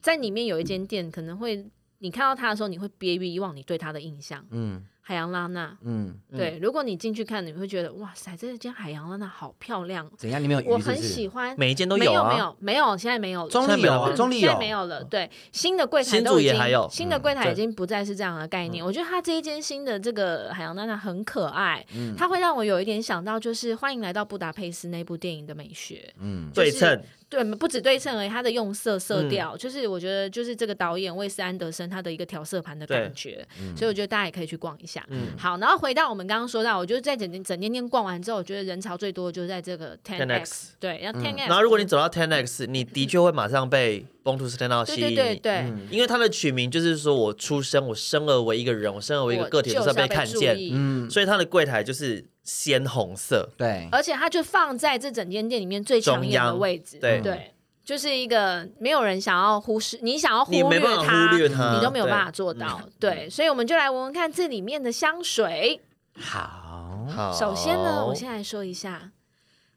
Speaker 2: 在里面有一间店，可能会你看到它的时候，你会别于以往你对它的印象。
Speaker 3: 嗯
Speaker 2: 海洋拉娜，
Speaker 3: 嗯，
Speaker 2: 对，如果你进去看，你会觉得哇塞，这间海洋拉娜好漂亮，
Speaker 3: 怎样？里面有
Speaker 2: 我
Speaker 3: 鱼是
Speaker 2: 很
Speaker 3: 不是
Speaker 2: 喜？欢。
Speaker 4: 每一间都
Speaker 2: 没有
Speaker 4: 啊，
Speaker 2: 没有没有，现在没有了。
Speaker 3: 中立
Speaker 4: 现在没有
Speaker 3: 有，
Speaker 4: 了
Speaker 3: 中立
Speaker 2: 现
Speaker 3: 有
Speaker 2: 在，没有了。对，新的柜台
Speaker 4: 新
Speaker 2: 都
Speaker 4: 竹
Speaker 2: 已
Speaker 4: 也
Speaker 2: 经
Speaker 4: 还有嗯
Speaker 2: 新的柜台
Speaker 4: 对嗯
Speaker 2: 已经不再是这样的概念。我觉得它这一间新的这个海洋娜娜很可爱，
Speaker 4: 嗯
Speaker 2: 它会让我有一点想到，就是欢迎来到布达佩斯那部电影的美学。
Speaker 3: 嗯
Speaker 4: 对
Speaker 2: 就是
Speaker 4: 称，
Speaker 2: 对，不止对称而已，它的用色、
Speaker 4: 嗯
Speaker 2: 色调，就是我觉得就是这个导演魏斯安德森他的一个调色盘的感觉，所以我觉得大家也可以去逛一下。
Speaker 4: 嗯
Speaker 2: 好，然后回到我们刚刚说到，我就是在整间整间店逛完之后，我觉得人潮最多的就是在这个 Ten
Speaker 4: X 嗯
Speaker 2: X，对，然后 Ten X，、
Speaker 4: 然后如果你走到 Ten X，你的确会马上被 Born to Stand Out
Speaker 2: 对
Speaker 4: 吸引嗯
Speaker 2: 对对对，
Speaker 4: 因为它的取名就是说我出生，我生而为一个人，我生而为一个个体，
Speaker 2: 就是是要
Speaker 4: 要被看
Speaker 2: 注
Speaker 4: 见，
Speaker 2: 意
Speaker 3: 嗯，
Speaker 4: 所以它的柜台就是鲜红色。
Speaker 3: 对，
Speaker 2: 而且它就放在这整间店里面最抢
Speaker 4: 中
Speaker 2: 眼的
Speaker 4: 央
Speaker 2: 位置，
Speaker 4: 对
Speaker 2: 就是一个没有人想要忽视，你想要忽
Speaker 4: 你没
Speaker 2: 略
Speaker 4: 办
Speaker 2: 它，
Speaker 4: 法忽略它，
Speaker 2: 你都没有
Speaker 4: 对嗯
Speaker 2: 办法做到。对，所以我们就来闻闻看这里面的香水。
Speaker 3: 好，
Speaker 4: 好，
Speaker 2: 首先呢，我
Speaker 4: 哦
Speaker 2: 先来说一下，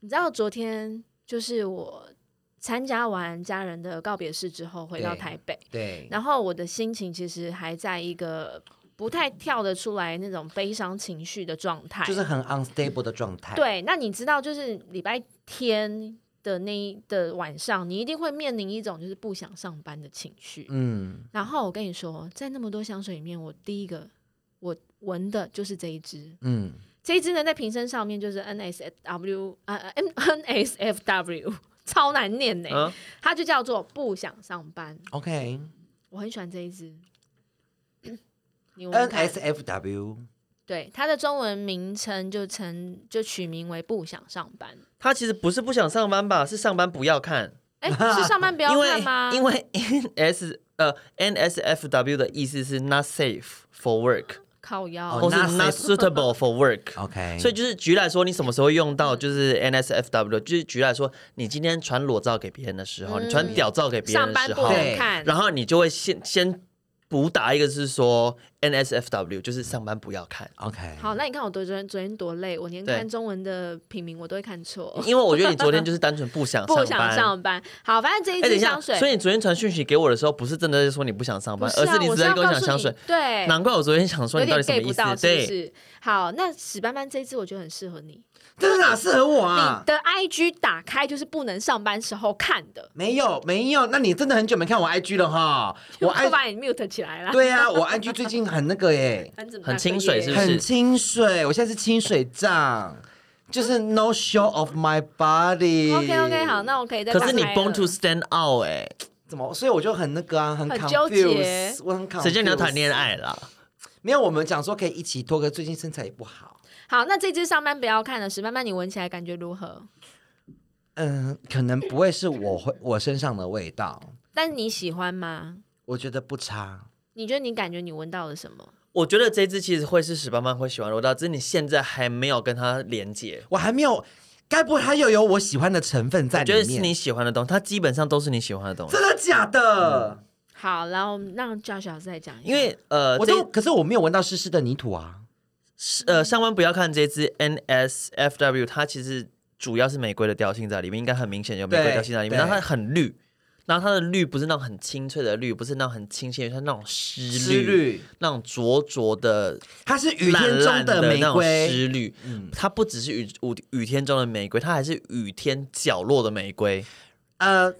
Speaker 2: 你知道昨天就是我参加完家人的告别式之后回到
Speaker 3: 对
Speaker 2: 台北，
Speaker 3: 对，
Speaker 2: 然后我的心情其实还在一个不太跳得出来那种悲伤情绪的状态，
Speaker 3: 就是很 unstable 的状态，，
Speaker 2: 对，那你知道，就是礼拜天的那一的晚上，你一定会面临一种就是不想上班的情绪。
Speaker 3: 嗯，
Speaker 2: 然后我跟你说，在那么多香水里面，我第一个我闻的就是这一支，
Speaker 3: 嗯，
Speaker 2: 这一支呢在瓶身上面就是 N S F W 啊 M N S F W，超 难念呢、
Speaker 4: 嗯，
Speaker 2: 它就叫做不想上班。
Speaker 3: OK
Speaker 2: 我很喜欢这一支。你闻闻
Speaker 3: N
Speaker 2: 看
Speaker 3: S F W
Speaker 2: 对它的中文名称就成就取名为不想上班，
Speaker 4: 他其实不是不想上班吧，是上班不要看，
Speaker 2: 哎，是上班不要
Speaker 4: 因为
Speaker 2: 看吗？
Speaker 4: 因为 N S 呃 N S F W 的意思是 not safe for work，
Speaker 2: 靠腰，
Speaker 3: 哦
Speaker 4: 或是
Speaker 3: not
Speaker 4: not
Speaker 3: safe
Speaker 4: suitable for work。
Speaker 3: OK，
Speaker 4: 所以就是局来说，你什么时候会用到？就是 N S F W，就是局来说，你今天传裸照给别人的时候，你传屌照给别
Speaker 2: 嗯
Speaker 4: 人
Speaker 2: 上
Speaker 4: 的
Speaker 2: 班
Speaker 4: 时
Speaker 2: 不
Speaker 4: 候，
Speaker 2: 能看，
Speaker 4: 然后你就会先先补打一个是说 NSFW，就是上班不要看，
Speaker 3: OK，
Speaker 2: 好，那你看我昨天昨天多累，我连
Speaker 4: 对
Speaker 2: 看中文的品名我都会看错，
Speaker 4: 因为我觉得你昨天就是单纯不想上
Speaker 2: 不
Speaker 4: 班。
Speaker 2: 想上班。好，反正这一
Speaker 4: 哎、等
Speaker 2: 支
Speaker 4: 一下，
Speaker 2: 香水，
Speaker 4: 所以你昨天传讯息给我的时候，不是真的在说你不想上
Speaker 2: 不
Speaker 4: 班，
Speaker 2: 是
Speaker 4: 而
Speaker 2: 啊，
Speaker 4: 是你
Speaker 2: 我
Speaker 4: 只
Speaker 2: 是要
Speaker 4: 在跟我
Speaker 2: 告
Speaker 4: 讲
Speaker 2: 诉
Speaker 4: 香
Speaker 2: 你
Speaker 4: 水。
Speaker 2: 对，
Speaker 4: 难怪我昨天想说
Speaker 2: 有
Speaker 4: 你到
Speaker 2: 点 get
Speaker 4: 底什么
Speaker 2: 不
Speaker 4: 意
Speaker 2: 到，是
Speaker 4: 思？
Speaker 2: 不
Speaker 4: 对，
Speaker 2: 是？好，那史斑斑这一支我觉得很适合你，
Speaker 3: 这哪适合我
Speaker 2: 你
Speaker 3: 啊？
Speaker 2: 的 IG 打开就是不能上班时候看的，
Speaker 3: 没有没有，那你真的很久没看我 IG 了哈。 我
Speaker 4: 哎
Speaker 2: 就
Speaker 3: I
Speaker 2: 把你 mute 起来了。
Speaker 3: 对呀、啊，我 IG 最近很那个耶，
Speaker 2: 很怎么
Speaker 4: 很
Speaker 2: 大
Speaker 4: 清
Speaker 2: 个
Speaker 4: 水
Speaker 2: 耶
Speaker 4: 是不是
Speaker 3: 很清水，我现在是清水账，就是 no show of my body。
Speaker 2: OK OK，好，那我可以再。
Speaker 4: 可是你 born to stand out 哎、
Speaker 3: 怎么？所以我就很那个啊，很
Speaker 2: 很
Speaker 3: confused,
Speaker 2: 纠结
Speaker 3: 我很 confused。
Speaker 4: 谁叫你要谈恋？爱啦？
Speaker 3: 没有，我们讲说可以一起脱，可是最近身材也不好。
Speaker 2: 好，那这支上班不要看了，史斑斑你闻起来感觉如何？
Speaker 3: 嗯，可能不会是我会我身上的味道，
Speaker 2: 但你喜欢吗？
Speaker 3: 我觉得不差。
Speaker 2: 你觉得你感觉你闻到了什么？
Speaker 4: 我觉得这支其实会是史班班会喜欢的味道，只是你现在还没有跟它连接。
Speaker 3: 我还没有，该不会它又有我喜欢的成分在
Speaker 4: 我
Speaker 3: 里
Speaker 4: 觉
Speaker 3: 面？
Speaker 4: 得是你喜欢的东西，它基本上都是你喜欢的东西。
Speaker 3: 真的假的？
Speaker 2: 好，然后让 Josh 老师再讲一下，
Speaker 4: 因为呃，
Speaker 3: 我
Speaker 4: 这
Speaker 3: 都可是我没有闻到湿湿的泥土啊。
Speaker 4: 呃上班不要看这支 NSFW，它其实主要是玫瑰的调性在里面，应该很明显有玫瑰调性在里
Speaker 3: 对
Speaker 4: 面。然后它很绿，然后它的绿不是那种很清脆的绿，不是那种很清新的，它那种湿绿，
Speaker 3: 湿绿
Speaker 4: 那种灼灼的
Speaker 3: 它是雨
Speaker 4: 烂
Speaker 3: 天中
Speaker 4: 烂的
Speaker 3: 玫
Speaker 4: 那种
Speaker 3: 瑰，嗯
Speaker 4: 湿绿，它不只是雨雨雨天中的玫瑰，它还是雨天角落的玫瑰，
Speaker 3: 呃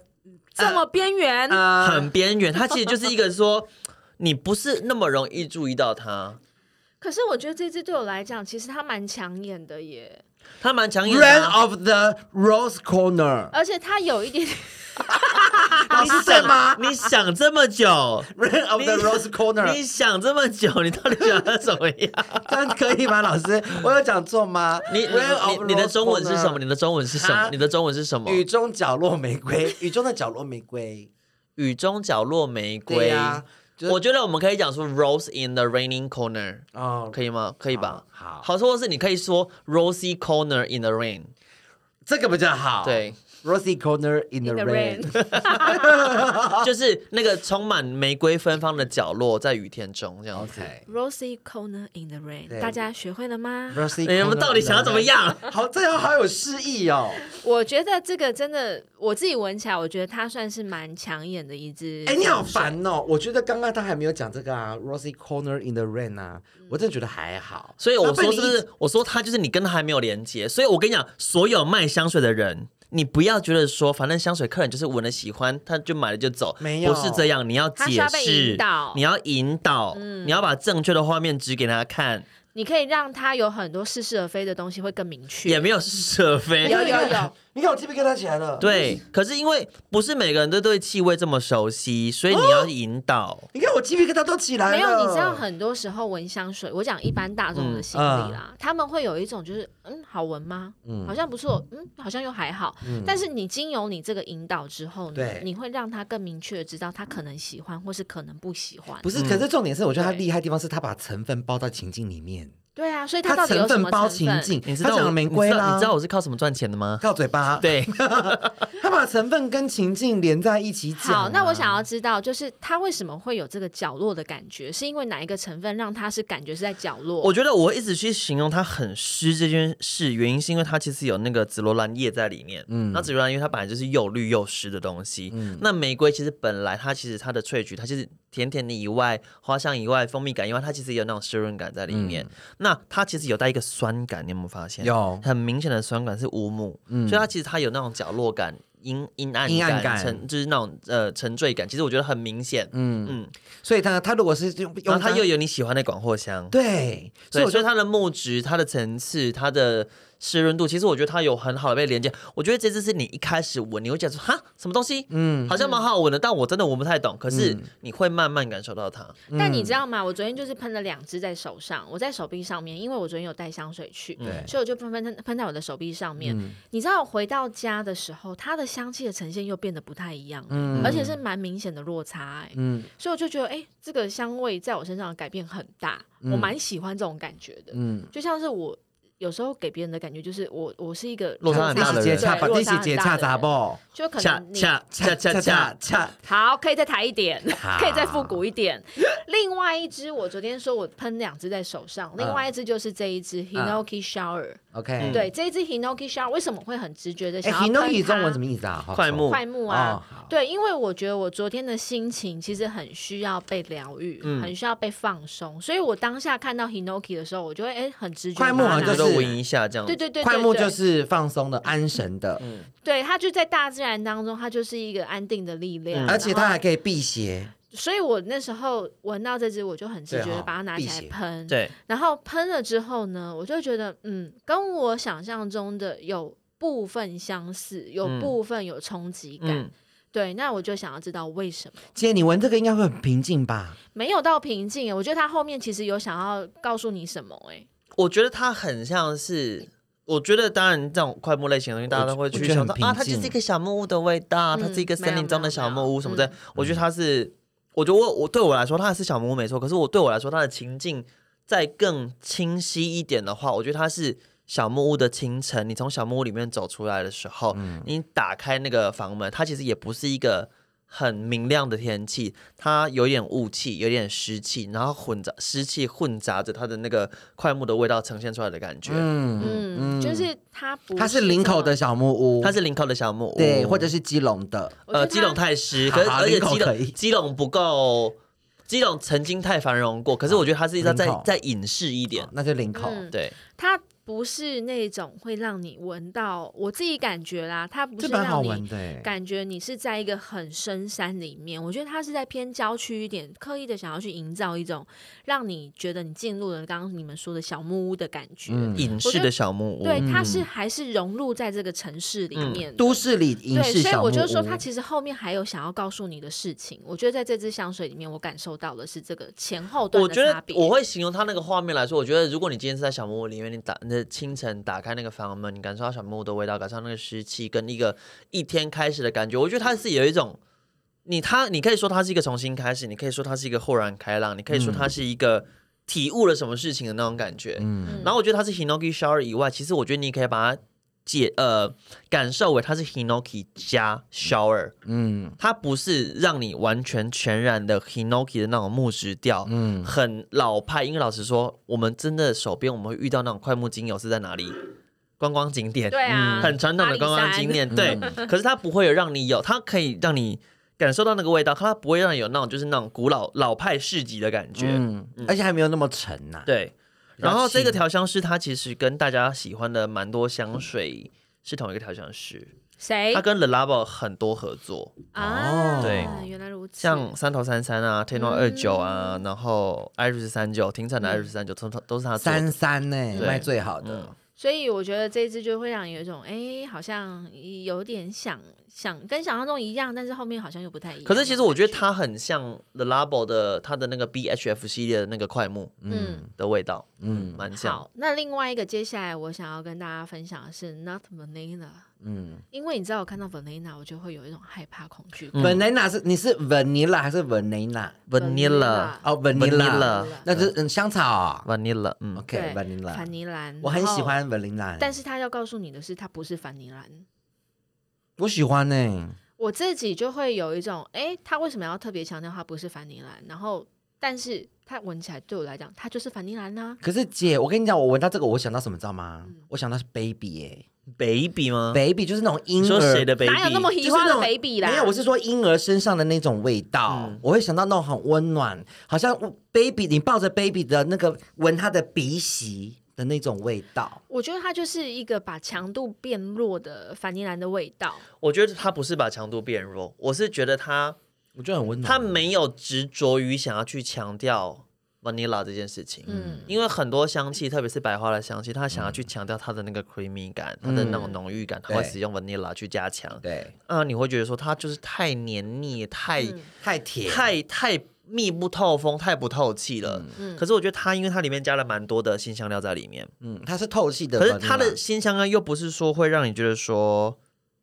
Speaker 2: 这么边缘，
Speaker 3: 呃，
Speaker 4: 很边缘。它其实就是一个说你不是那么容易注意到它，
Speaker 2: 可是我觉得这支对我来讲，其实它蛮抢眼的耶，
Speaker 4: 它蛮抢眼
Speaker 3: r a n
Speaker 4: 的啊。
Speaker 3: of the Rose Corner，
Speaker 2: 而且它有 一点点，
Speaker 3: 老师在吗
Speaker 4: 你想这么久，
Speaker 3: r a n of the
Speaker 4: 你
Speaker 3: Rose Corner，
Speaker 4: 你想这么久，你到底想要什么样？
Speaker 3: 这样可以吗？老师，我有讲错吗？
Speaker 4: 你你
Speaker 3: Reign of
Speaker 4: 你你的
Speaker 3: Rose
Speaker 4: 中文是什么？
Speaker 3: Corner
Speaker 4: 你的中文是什么
Speaker 3: 啊？
Speaker 4: 你的中文是什么？
Speaker 3: 雨中角落玫瑰， 雨中的角落玫 瑰，
Speaker 4: 雨中角落玫
Speaker 3: 对
Speaker 4: 瑰。
Speaker 3: 呀、就是
Speaker 4: 我觉得我们可以讲说 rose in the raining corner。
Speaker 3: 哦，
Speaker 4: 可以吗？可以吧？
Speaker 3: 好好
Speaker 4: 好，或是你可以说 rosy corner in the rain。
Speaker 3: 这个比较好。
Speaker 4: 对，
Speaker 3: ，Rosy Corner in the
Speaker 2: In the
Speaker 3: rain，
Speaker 4: 就是那个充满玫瑰芬芳的角落，在雨天中这样子。
Speaker 3: OK。
Speaker 2: Rosy Corner in the
Speaker 3: 对
Speaker 2: Rain，大家学会了吗？
Speaker 3: Rosy，
Speaker 4: 你们到底想要怎么？样？
Speaker 3: 好，这样好有诗意哦。
Speaker 2: 我觉得这个真的，我自己闻起来，我觉得它算是蛮抢眼的一支。
Speaker 3: 哎，你好烦哦！我觉得刚刚他还没有讲这个啊，Rosy Corner in the rain 啊，我真的觉得还好。
Speaker 4: 所以我
Speaker 3: 那被
Speaker 4: 说
Speaker 3: 你
Speaker 4: 是
Speaker 3: 一
Speaker 4: 不是？我说他就是你跟他还没有连接。所以我跟你讲，所有卖香水的人，你不要觉得说，反正香水客人就是闻了喜欢，他就买了就走，
Speaker 3: 没有
Speaker 4: 不是这样。你要
Speaker 2: 他需
Speaker 4: 解
Speaker 2: 要被
Speaker 4: 释
Speaker 2: 引导，嗯
Speaker 4: 你要引导，你要把正确的画面指给他看，
Speaker 2: 你可以让它有很多似是而非的东西会更明确。
Speaker 4: 也没有是非。
Speaker 2: 有
Speaker 3: 你
Speaker 2: 有
Speaker 3: 看
Speaker 2: 有，
Speaker 3: 你看我 T P 跟他起来了。，
Speaker 4: 对，可是因为不是每个人都对气味这么熟悉，所以你要引导。
Speaker 3: 你看我 T P 跟他都起来了。
Speaker 2: 没有，你知道很多时候闻香水，我讲一般大众
Speaker 3: 嗯
Speaker 2: 的心理啦，他们会有一种就是，嗯，好闻吗？好像不错，嗯，好像又还好。但是你经由你这个引导之后呢
Speaker 3: 嗯对，
Speaker 2: 你会让他更明确的知道他可能喜欢或是可能不喜欢。
Speaker 3: 不是？可是重点是，我觉得他
Speaker 2: 对
Speaker 3: 厉害的地方是他把成分包到情境里面，
Speaker 2: 对啊，所以他
Speaker 3: 他
Speaker 2: 到底有
Speaker 3: 成
Speaker 2: 什
Speaker 3: 分
Speaker 2: 么
Speaker 3: 包
Speaker 2: 成
Speaker 3: 情
Speaker 2: 分？
Speaker 3: 境，
Speaker 4: 你知
Speaker 3: 他
Speaker 4: 道
Speaker 3: 讲了
Speaker 4: 我
Speaker 3: 玫瑰
Speaker 4: 你知道
Speaker 3: 啦，
Speaker 4: 你知道我是靠什么赚钱的吗？
Speaker 3: 靠嘴巴，
Speaker 4: 对，
Speaker 3: 他把成分跟情境连在一起讲啊。
Speaker 2: 好，那我想要知道，就是它为什么会有这个角落的感觉？是因为哪一个成分让它是感觉是在角落？
Speaker 4: 我觉得我会一直去形容它很湿这件事，原因是因为它其实有那个紫罗兰叶在里面。嗯，那紫罗兰叶它本来就是又绿又湿的东西。
Speaker 3: 嗯
Speaker 4: 那玫瑰其实本来它其实它的萃取，它就是甜甜的以外，花香以外，蜂蜜感以外，它其实也有那种湿润感在里面。那它其实有带一个酸感，你有没有发现？
Speaker 3: 嗯有嗯
Speaker 4: 很明显的酸感是乌木，所以它其实它有那种角落感。阴阴暗
Speaker 3: 阴暗感
Speaker 4: 沉就是那种呃沉醉感，其实我觉得很明显，嗯嗯，
Speaker 3: 所以他他如果是用
Speaker 4: 然
Speaker 3: 用
Speaker 4: 后它
Speaker 3: 它
Speaker 4: 又有你喜欢的广藿香，
Speaker 3: 对，所
Speaker 4: 所
Speaker 3: 以
Speaker 4: 以
Speaker 3: 我
Speaker 4: 我
Speaker 3: 觉
Speaker 4: 觉
Speaker 3: 得
Speaker 4: 得它的木质、它的层次、它的湿润度，其实我觉得它有很好的被连接。我觉得这次是你一开始闻，你会觉得说哈什么东西，嗯，好像蛮好闻的，但我真的闻不太懂。可是你会慢慢感受到它，
Speaker 3: 嗯
Speaker 2: 但你知道吗？我昨天就是喷了两支在手上，我在手臂上面，因为我昨天有带香水去，
Speaker 3: 对
Speaker 2: 所以我就喷喷喷在我的手臂上面。
Speaker 4: 嗯
Speaker 2: 你知道，回到家的时候，它的香气的呈现又变得不太一样，
Speaker 4: 嗯
Speaker 2: 而且是蛮明显的落差、哎，
Speaker 3: 嗯
Speaker 2: 所以我就觉得，哎、这
Speaker 4: 嗯
Speaker 2: 个香味在我身上的改变很大，我蛮喜欢这种感觉的，
Speaker 3: 嗯
Speaker 2: 就像是我。有时候给别人的感觉就是我我是一个
Speaker 4: 落差很大的
Speaker 3: 姐
Speaker 4: 人
Speaker 3: 恰
Speaker 2: 对
Speaker 3: 把
Speaker 2: 落
Speaker 3: 第
Speaker 2: 差
Speaker 3: 几
Speaker 2: 很
Speaker 3: 节
Speaker 2: 大
Speaker 3: 恰
Speaker 2: 的
Speaker 3: 杂
Speaker 2: 人，
Speaker 3: 不？
Speaker 2: 就可
Speaker 4: 恰
Speaker 2: 能你
Speaker 4: 恰恰恰恰
Speaker 3: 恰，
Speaker 2: 好，可以再抬一点，
Speaker 3: 好
Speaker 2: 可以再复古一点。另外一只，我昨天说我喷两只在手上，另外一只就是这一只 Hinoki Shower。
Speaker 3: OK，
Speaker 4: 嗯
Speaker 2: 对，这一只 Hinoki Shower 为什么会很直觉的
Speaker 3: 哎
Speaker 2: 想要喷
Speaker 3: ，Hinoki 中文
Speaker 2: 它
Speaker 3: 什么意思啊？好
Speaker 4: 快木
Speaker 2: 快木啊
Speaker 3: 哦好，
Speaker 2: 对，因为我觉得我昨天的心情其实很需要被疗愈，
Speaker 4: 嗯
Speaker 2: 很需要被放松，所以我当下看到 Hinoki 的时候，我就会哎很直觉
Speaker 3: 快
Speaker 2: 把它拿。
Speaker 3: 木好像
Speaker 4: 就
Speaker 3: 就是
Speaker 4: 是闻一下这样子
Speaker 2: 对。对对，
Speaker 3: 快
Speaker 2: 对
Speaker 3: 木
Speaker 2: 对
Speaker 3: 就是放松的、安神的，
Speaker 4: 嗯，
Speaker 2: 对，它就在大自然当中，它就是一个安定的力量，
Speaker 4: 嗯
Speaker 3: 而且它
Speaker 2: 然后
Speaker 3: 还可以辟邪。
Speaker 2: 所以我那时候闻到这支，我就很直
Speaker 3: 对
Speaker 2: 觉的
Speaker 3: 哈
Speaker 2: 把它拿
Speaker 3: 辟
Speaker 2: 起来
Speaker 3: 邪
Speaker 2: 喷。
Speaker 4: 对，
Speaker 2: 然后喷了之后呢，我就觉得，嗯，跟我想象中的有部分相似，有
Speaker 4: 嗯
Speaker 2: 部分有冲击感。
Speaker 4: 嗯，
Speaker 2: 对，那我就想要知道为什么
Speaker 3: 姐，你闻这个应该会很平静吧？
Speaker 2: 没有到瓶颈耶。我觉得他后面其实有想要告诉你什么，哎，
Speaker 4: 我觉得它很像是。我觉得当然，这种快木类型的东西，大家都会
Speaker 3: 我
Speaker 4: 去
Speaker 3: 觉得
Speaker 4: 想
Speaker 3: 很
Speaker 4: 到
Speaker 3: 平
Speaker 4: 啊，它就是一
Speaker 3: 静
Speaker 4: 个小木屋的味道，它
Speaker 2: 嗯
Speaker 4: 是一个
Speaker 2: 没有
Speaker 4: 森
Speaker 2: 没
Speaker 4: 林中
Speaker 2: 有
Speaker 4: 的小
Speaker 2: 没
Speaker 4: 木
Speaker 2: 有
Speaker 4: 屋什么的
Speaker 2: 嗯。
Speaker 4: 我觉得它是，我觉得我我对我来说，它是小木屋没错。可是我对我来说，它的情境再更清晰一点的话，我觉得它是小木屋的清晨。你从小木屋里面走出来的时候，
Speaker 3: 嗯
Speaker 4: 你打开那个房门，它其实也不是一个很明亮的天气，它有点雾气，有点湿气，然后混杂湿气混杂着它的那个快木的味道呈现出来的感觉。
Speaker 3: 嗯，
Speaker 2: 嗯，就是他不，
Speaker 3: 它是林口的，小木屋，
Speaker 4: 它是林口的小木屋，
Speaker 3: 对，或者是基隆的，
Speaker 2: 我觉
Speaker 4: 呃
Speaker 2: 得
Speaker 4: 基
Speaker 2: 它
Speaker 4: 隆太湿，
Speaker 3: 好
Speaker 4: 可是
Speaker 3: 好
Speaker 4: 而且
Speaker 3: 林口
Speaker 4: 基
Speaker 3: 可
Speaker 4: 隆
Speaker 3: 以
Speaker 4: 基隆不够，基隆曾经太繁荣过，可
Speaker 3: 嗯
Speaker 4: 是我觉得它是要
Speaker 3: 林
Speaker 4: 再
Speaker 3: 口
Speaker 4: 再隐适一点
Speaker 3: 哦，那就林口。
Speaker 2: 嗯
Speaker 4: 对，
Speaker 2: 它不是那种会让你闻到，我自己感觉啦，它不是
Speaker 3: 这蛮好
Speaker 2: 让你
Speaker 3: 闻的欸，
Speaker 2: 感觉你是在一个很深山里面，我觉得它是在偏郊区一点，刻意的想要去营造一种让你觉得你进入了刚刚你们说的小木屋的感觉。
Speaker 3: 嗯
Speaker 4: 隐
Speaker 2: 我觉
Speaker 4: 适
Speaker 2: 得
Speaker 4: 的小木屋，
Speaker 2: 对，它是还是融入在这个城市里
Speaker 4: 嗯
Speaker 2: 面的。
Speaker 3: 都市里影
Speaker 2: 对，
Speaker 3: 视
Speaker 2: 所以
Speaker 3: 小木
Speaker 2: 我
Speaker 3: 屋。
Speaker 2: 就说，它其实后面还有想要告诉你的事情。我觉得在这支香水里面，我感受到的是这个前后段
Speaker 4: 我
Speaker 2: 的
Speaker 4: 觉
Speaker 2: 差
Speaker 4: 得
Speaker 2: 别。
Speaker 4: 我会形容它那个画面来说，我觉得如果你今天是在小木屋里面，你打那清晨打开那个房门，你感受到小木屋的味道，感受到那个湿气跟一个一天开始的感觉，我觉得它是有一种。你它，你可以说它是一个重新开始，你可以说它是一个豁然开朗，你可以说它是一个体悟了什么事情的那种感觉。
Speaker 2: 嗯
Speaker 3: 嗯，
Speaker 4: 然后我觉得它是 Hinoki Shower 以外，其实我觉得你可以把它解呃感受为它是 Hinoki 加 Shower，
Speaker 3: 嗯
Speaker 4: 它不是让你完全全然的 Hinoki 的那种木质调，
Speaker 3: 嗯
Speaker 4: 很老派。因为老实说，我们真的手边我们会遇到那种快木精油是在哪里？观光景点，
Speaker 2: 对啊，
Speaker 4: 很传统的观光景点，对。可是它不会有让你有，它可以让你感受到那个味道，它不会让你有那种就是那种古老老派市集的感觉。
Speaker 3: 嗯，而且还没有那么沉呐。
Speaker 4: 对，
Speaker 3: 比较
Speaker 4: 然后这个
Speaker 3: 轻
Speaker 4: 调香师他其实跟大家喜欢的蛮多香
Speaker 2: 嗯
Speaker 4: 水是同一个调香师，
Speaker 2: 谁
Speaker 4: 他跟 Le Labo 很多合作，
Speaker 2: 啊？
Speaker 4: 对
Speaker 2: 原来如此。
Speaker 4: 像三头三三啊、天龙二九啊，
Speaker 2: 嗯
Speaker 4: 然后 Iris 三九、停产的 Iris 三九，通通都是他做
Speaker 3: 三
Speaker 2: 啊
Speaker 4: 的。
Speaker 3: 三呢，
Speaker 4: 对
Speaker 3: 卖最好的
Speaker 4: 嗯，
Speaker 2: 所以我觉得这一支就会让你有一种，哎、好像有点想想跟想象中一样，但是后面好像又不太一样。
Speaker 4: 可是其实我觉得它很像 The Labo 的它的那个 BHF 系列的那个快木
Speaker 2: 嗯，
Speaker 4: 的味道，
Speaker 3: 嗯
Speaker 4: 蛮像。
Speaker 2: 好，那另外一个接下来我想要跟大家分享的是 Not Vanilla，
Speaker 3: 嗯。
Speaker 2: 因为你知道我看到 Vanilla 我就会有一种害怕恐惧感。
Speaker 4: 嗯
Speaker 3: Vanilla 是你是 Vanilla 还是 Vanilla？
Speaker 4: Vanilla
Speaker 3: 哦
Speaker 4: Vanilla
Speaker 3: ，Vanilla，那就是嗯香草啊。
Speaker 4: Vanilla，嗯，
Speaker 2: 对，
Speaker 3: OK，Vanilla
Speaker 2: 凡。尼兰，
Speaker 3: 我很
Speaker 2: 然
Speaker 3: 喜
Speaker 2: 后。
Speaker 3: 欢 Vanilla，欸
Speaker 2: 但是他要告诉你的是，它不是凡尼兰。
Speaker 3: 我喜欢欸呢。
Speaker 2: 我自己就会有一种，哎、他为什么要特别强调它不是凡尼兰？然后，但是它闻起来对我来讲，它就是凡尼兰啊呐、
Speaker 3: 可是姐，我跟你讲，我闻到这个，我想到什么，你知道吗？
Speaker 4: 嗯
Speaker 3: 我想到是 Baby，
Speaker 4: ，Baby 吗
Speaker 3: 哎？，Baby 就是那种婴
Speaker 4: 你
Speaker 3: 儿。
Speaker 4: 说谁的 Baby？
Speaker 2: 哪有那么
Speaker 3: 就
Speaker 2: 喜
Speaker 3: 是
Speaker 2: 欢
Speaker 3: 那
Speaker 2: 的
Speaker 3: 种
Speaker 2: baby 啦？
Speaker 3: 没有，我是说婴儿身上的那种味道，
Speaker 4: 嗯
Speaker 3: 我会想到那种很温暖，好像 baby 你抱着 baby 的那个闻他的鼻息的那种味道。
Speaker 2: 我觉得它就是一个把强度变弱的凡尼兰的味道。
Speaker 4: 我觉得他不是把强度变弱，我是觉得他
Speaker 3: 我觉得很
Speaker 2: 嗯
Speaker 3: 温
Speaker 4: 他没有执着于想要去强调 vanilla 这件事情，
Speaker 2: 嗯，
Speaker 4: 因为很多香气，特别是百花的香气，它想要去强调它的那个 creamy 感，
Speaker 2: 嗯
Speaker 4: 它的那种浓郁感，它会
Speaker 3: 对
Speaker 4: 使用 vanilla 去加强。
Speaker 3: 对，
Speaker 4: 啊，你会觉得说它就是太黏腻，太、
Speaker 2: 嗯
Speaker 3: 太甜，
Speaker 4: 太太密不透风，太不透气了。
Speaker 2: 嗯
Speaker 4: 可是我觉得它，因为它里面加了蛮多的新香料在里面，
Speaker 3: 嗯，它是透气的，
Speaker 4: 可是它的新香料啊又不是说会让你觉得说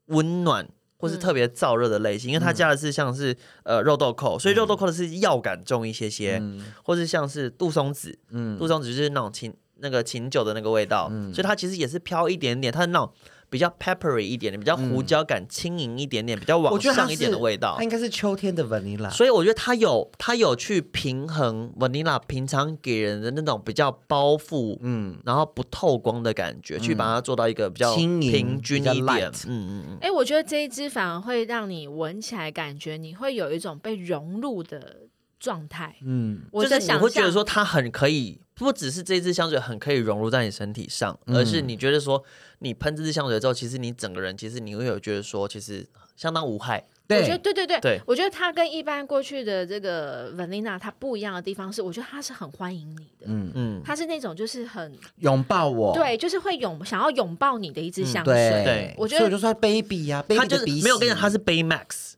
Speaker 4: 温暖或
Speaker 3: 嗯
Speaker 4: 是特别燥热的类型，因为它加的是像是呃肉豆蔻，所以肉豆蔻的是药感重一些些，
Speaker 3: 嗯
Speaker 4: 或是像是杜松子，
Speaker 3: 嗯
Speaker 4: 杜松子就是那种清那个琴酒的那个味道，所以它其实也是飘一点点，它是那种比较 peppery 一点点，比较胡椒感轻盈一点点，比较
Speaker 3: 我
Speaker 4: 往
Speaker 3: 觉得它
Speaker 4: 上一点的
Speaker 3: 是哎
Speaker 4: 味道
Speaker 3: 它。应该是秋天的 vanilla。
Speaker 4: 所以我觉得它有它有去平衡 vanilla 平常给人的那种比较包覆，嗯，然后不透光的感觉，去把它做到一个比
Speaker 3: 嗯
Speaker 4: 较
Speaker 3: 轻盈
Speaker 4: 平均一
Speaker 3: 比较
Speaker 4: 点
Speaker 3: light，
Speaker 4: 嗯嗯嗯。
Speaker 2: 哎、我觉得这一支反而会让你闻起来感觉你会有一种被融入的状态。
Speaker 3: 嗯，
Speaker 2: 我
Speaker 4: 就是
Speaker 2: 的
Speaker 4: 你
Speaker 2: 想
Speaker 4: 会觉得
Speaker 2: 象，
Speaker 4: 说它很可以，不只是这支香水很可以融入在你身体上，
Speaker 3: 嗯
Speaker 4: 而是你觉得说你喷这支香水之后，其实你整个人其实你会有觉得说，其实相当无害。
Speaker 2: 我觉得
Speaker 3: 对，
Speaker 2: 对对对，
Speaker 4: 对
Speaker 2: 我觉得它跟一般过去的这个 Vanilla 它不一样的地方是，我觉得它是很欢迎你的，
Speaker 3: 嗯，
Speaker 4: 嗯，
Speaker 2: 它是那种就是很
Speaker 3: 拥抱我。
Speaker 4: 哦
Speaker 2: 对，就是会拥想要拥抱你的
Speaker 4: 嗯
Speaker 2: 一支香水。
Speaker 3: 对，
Speaker 2: 我觉得
Speaker 3: 所以我就说 baby 呀
Speaker 4: 它
Speaker 3: ，baby
Speaker 4: 就
Speaker 3: 的
Speaker 4: 是
Speaker 3: 鼻息
Speaker 4: 没有我跟你讲，它是 Baymax。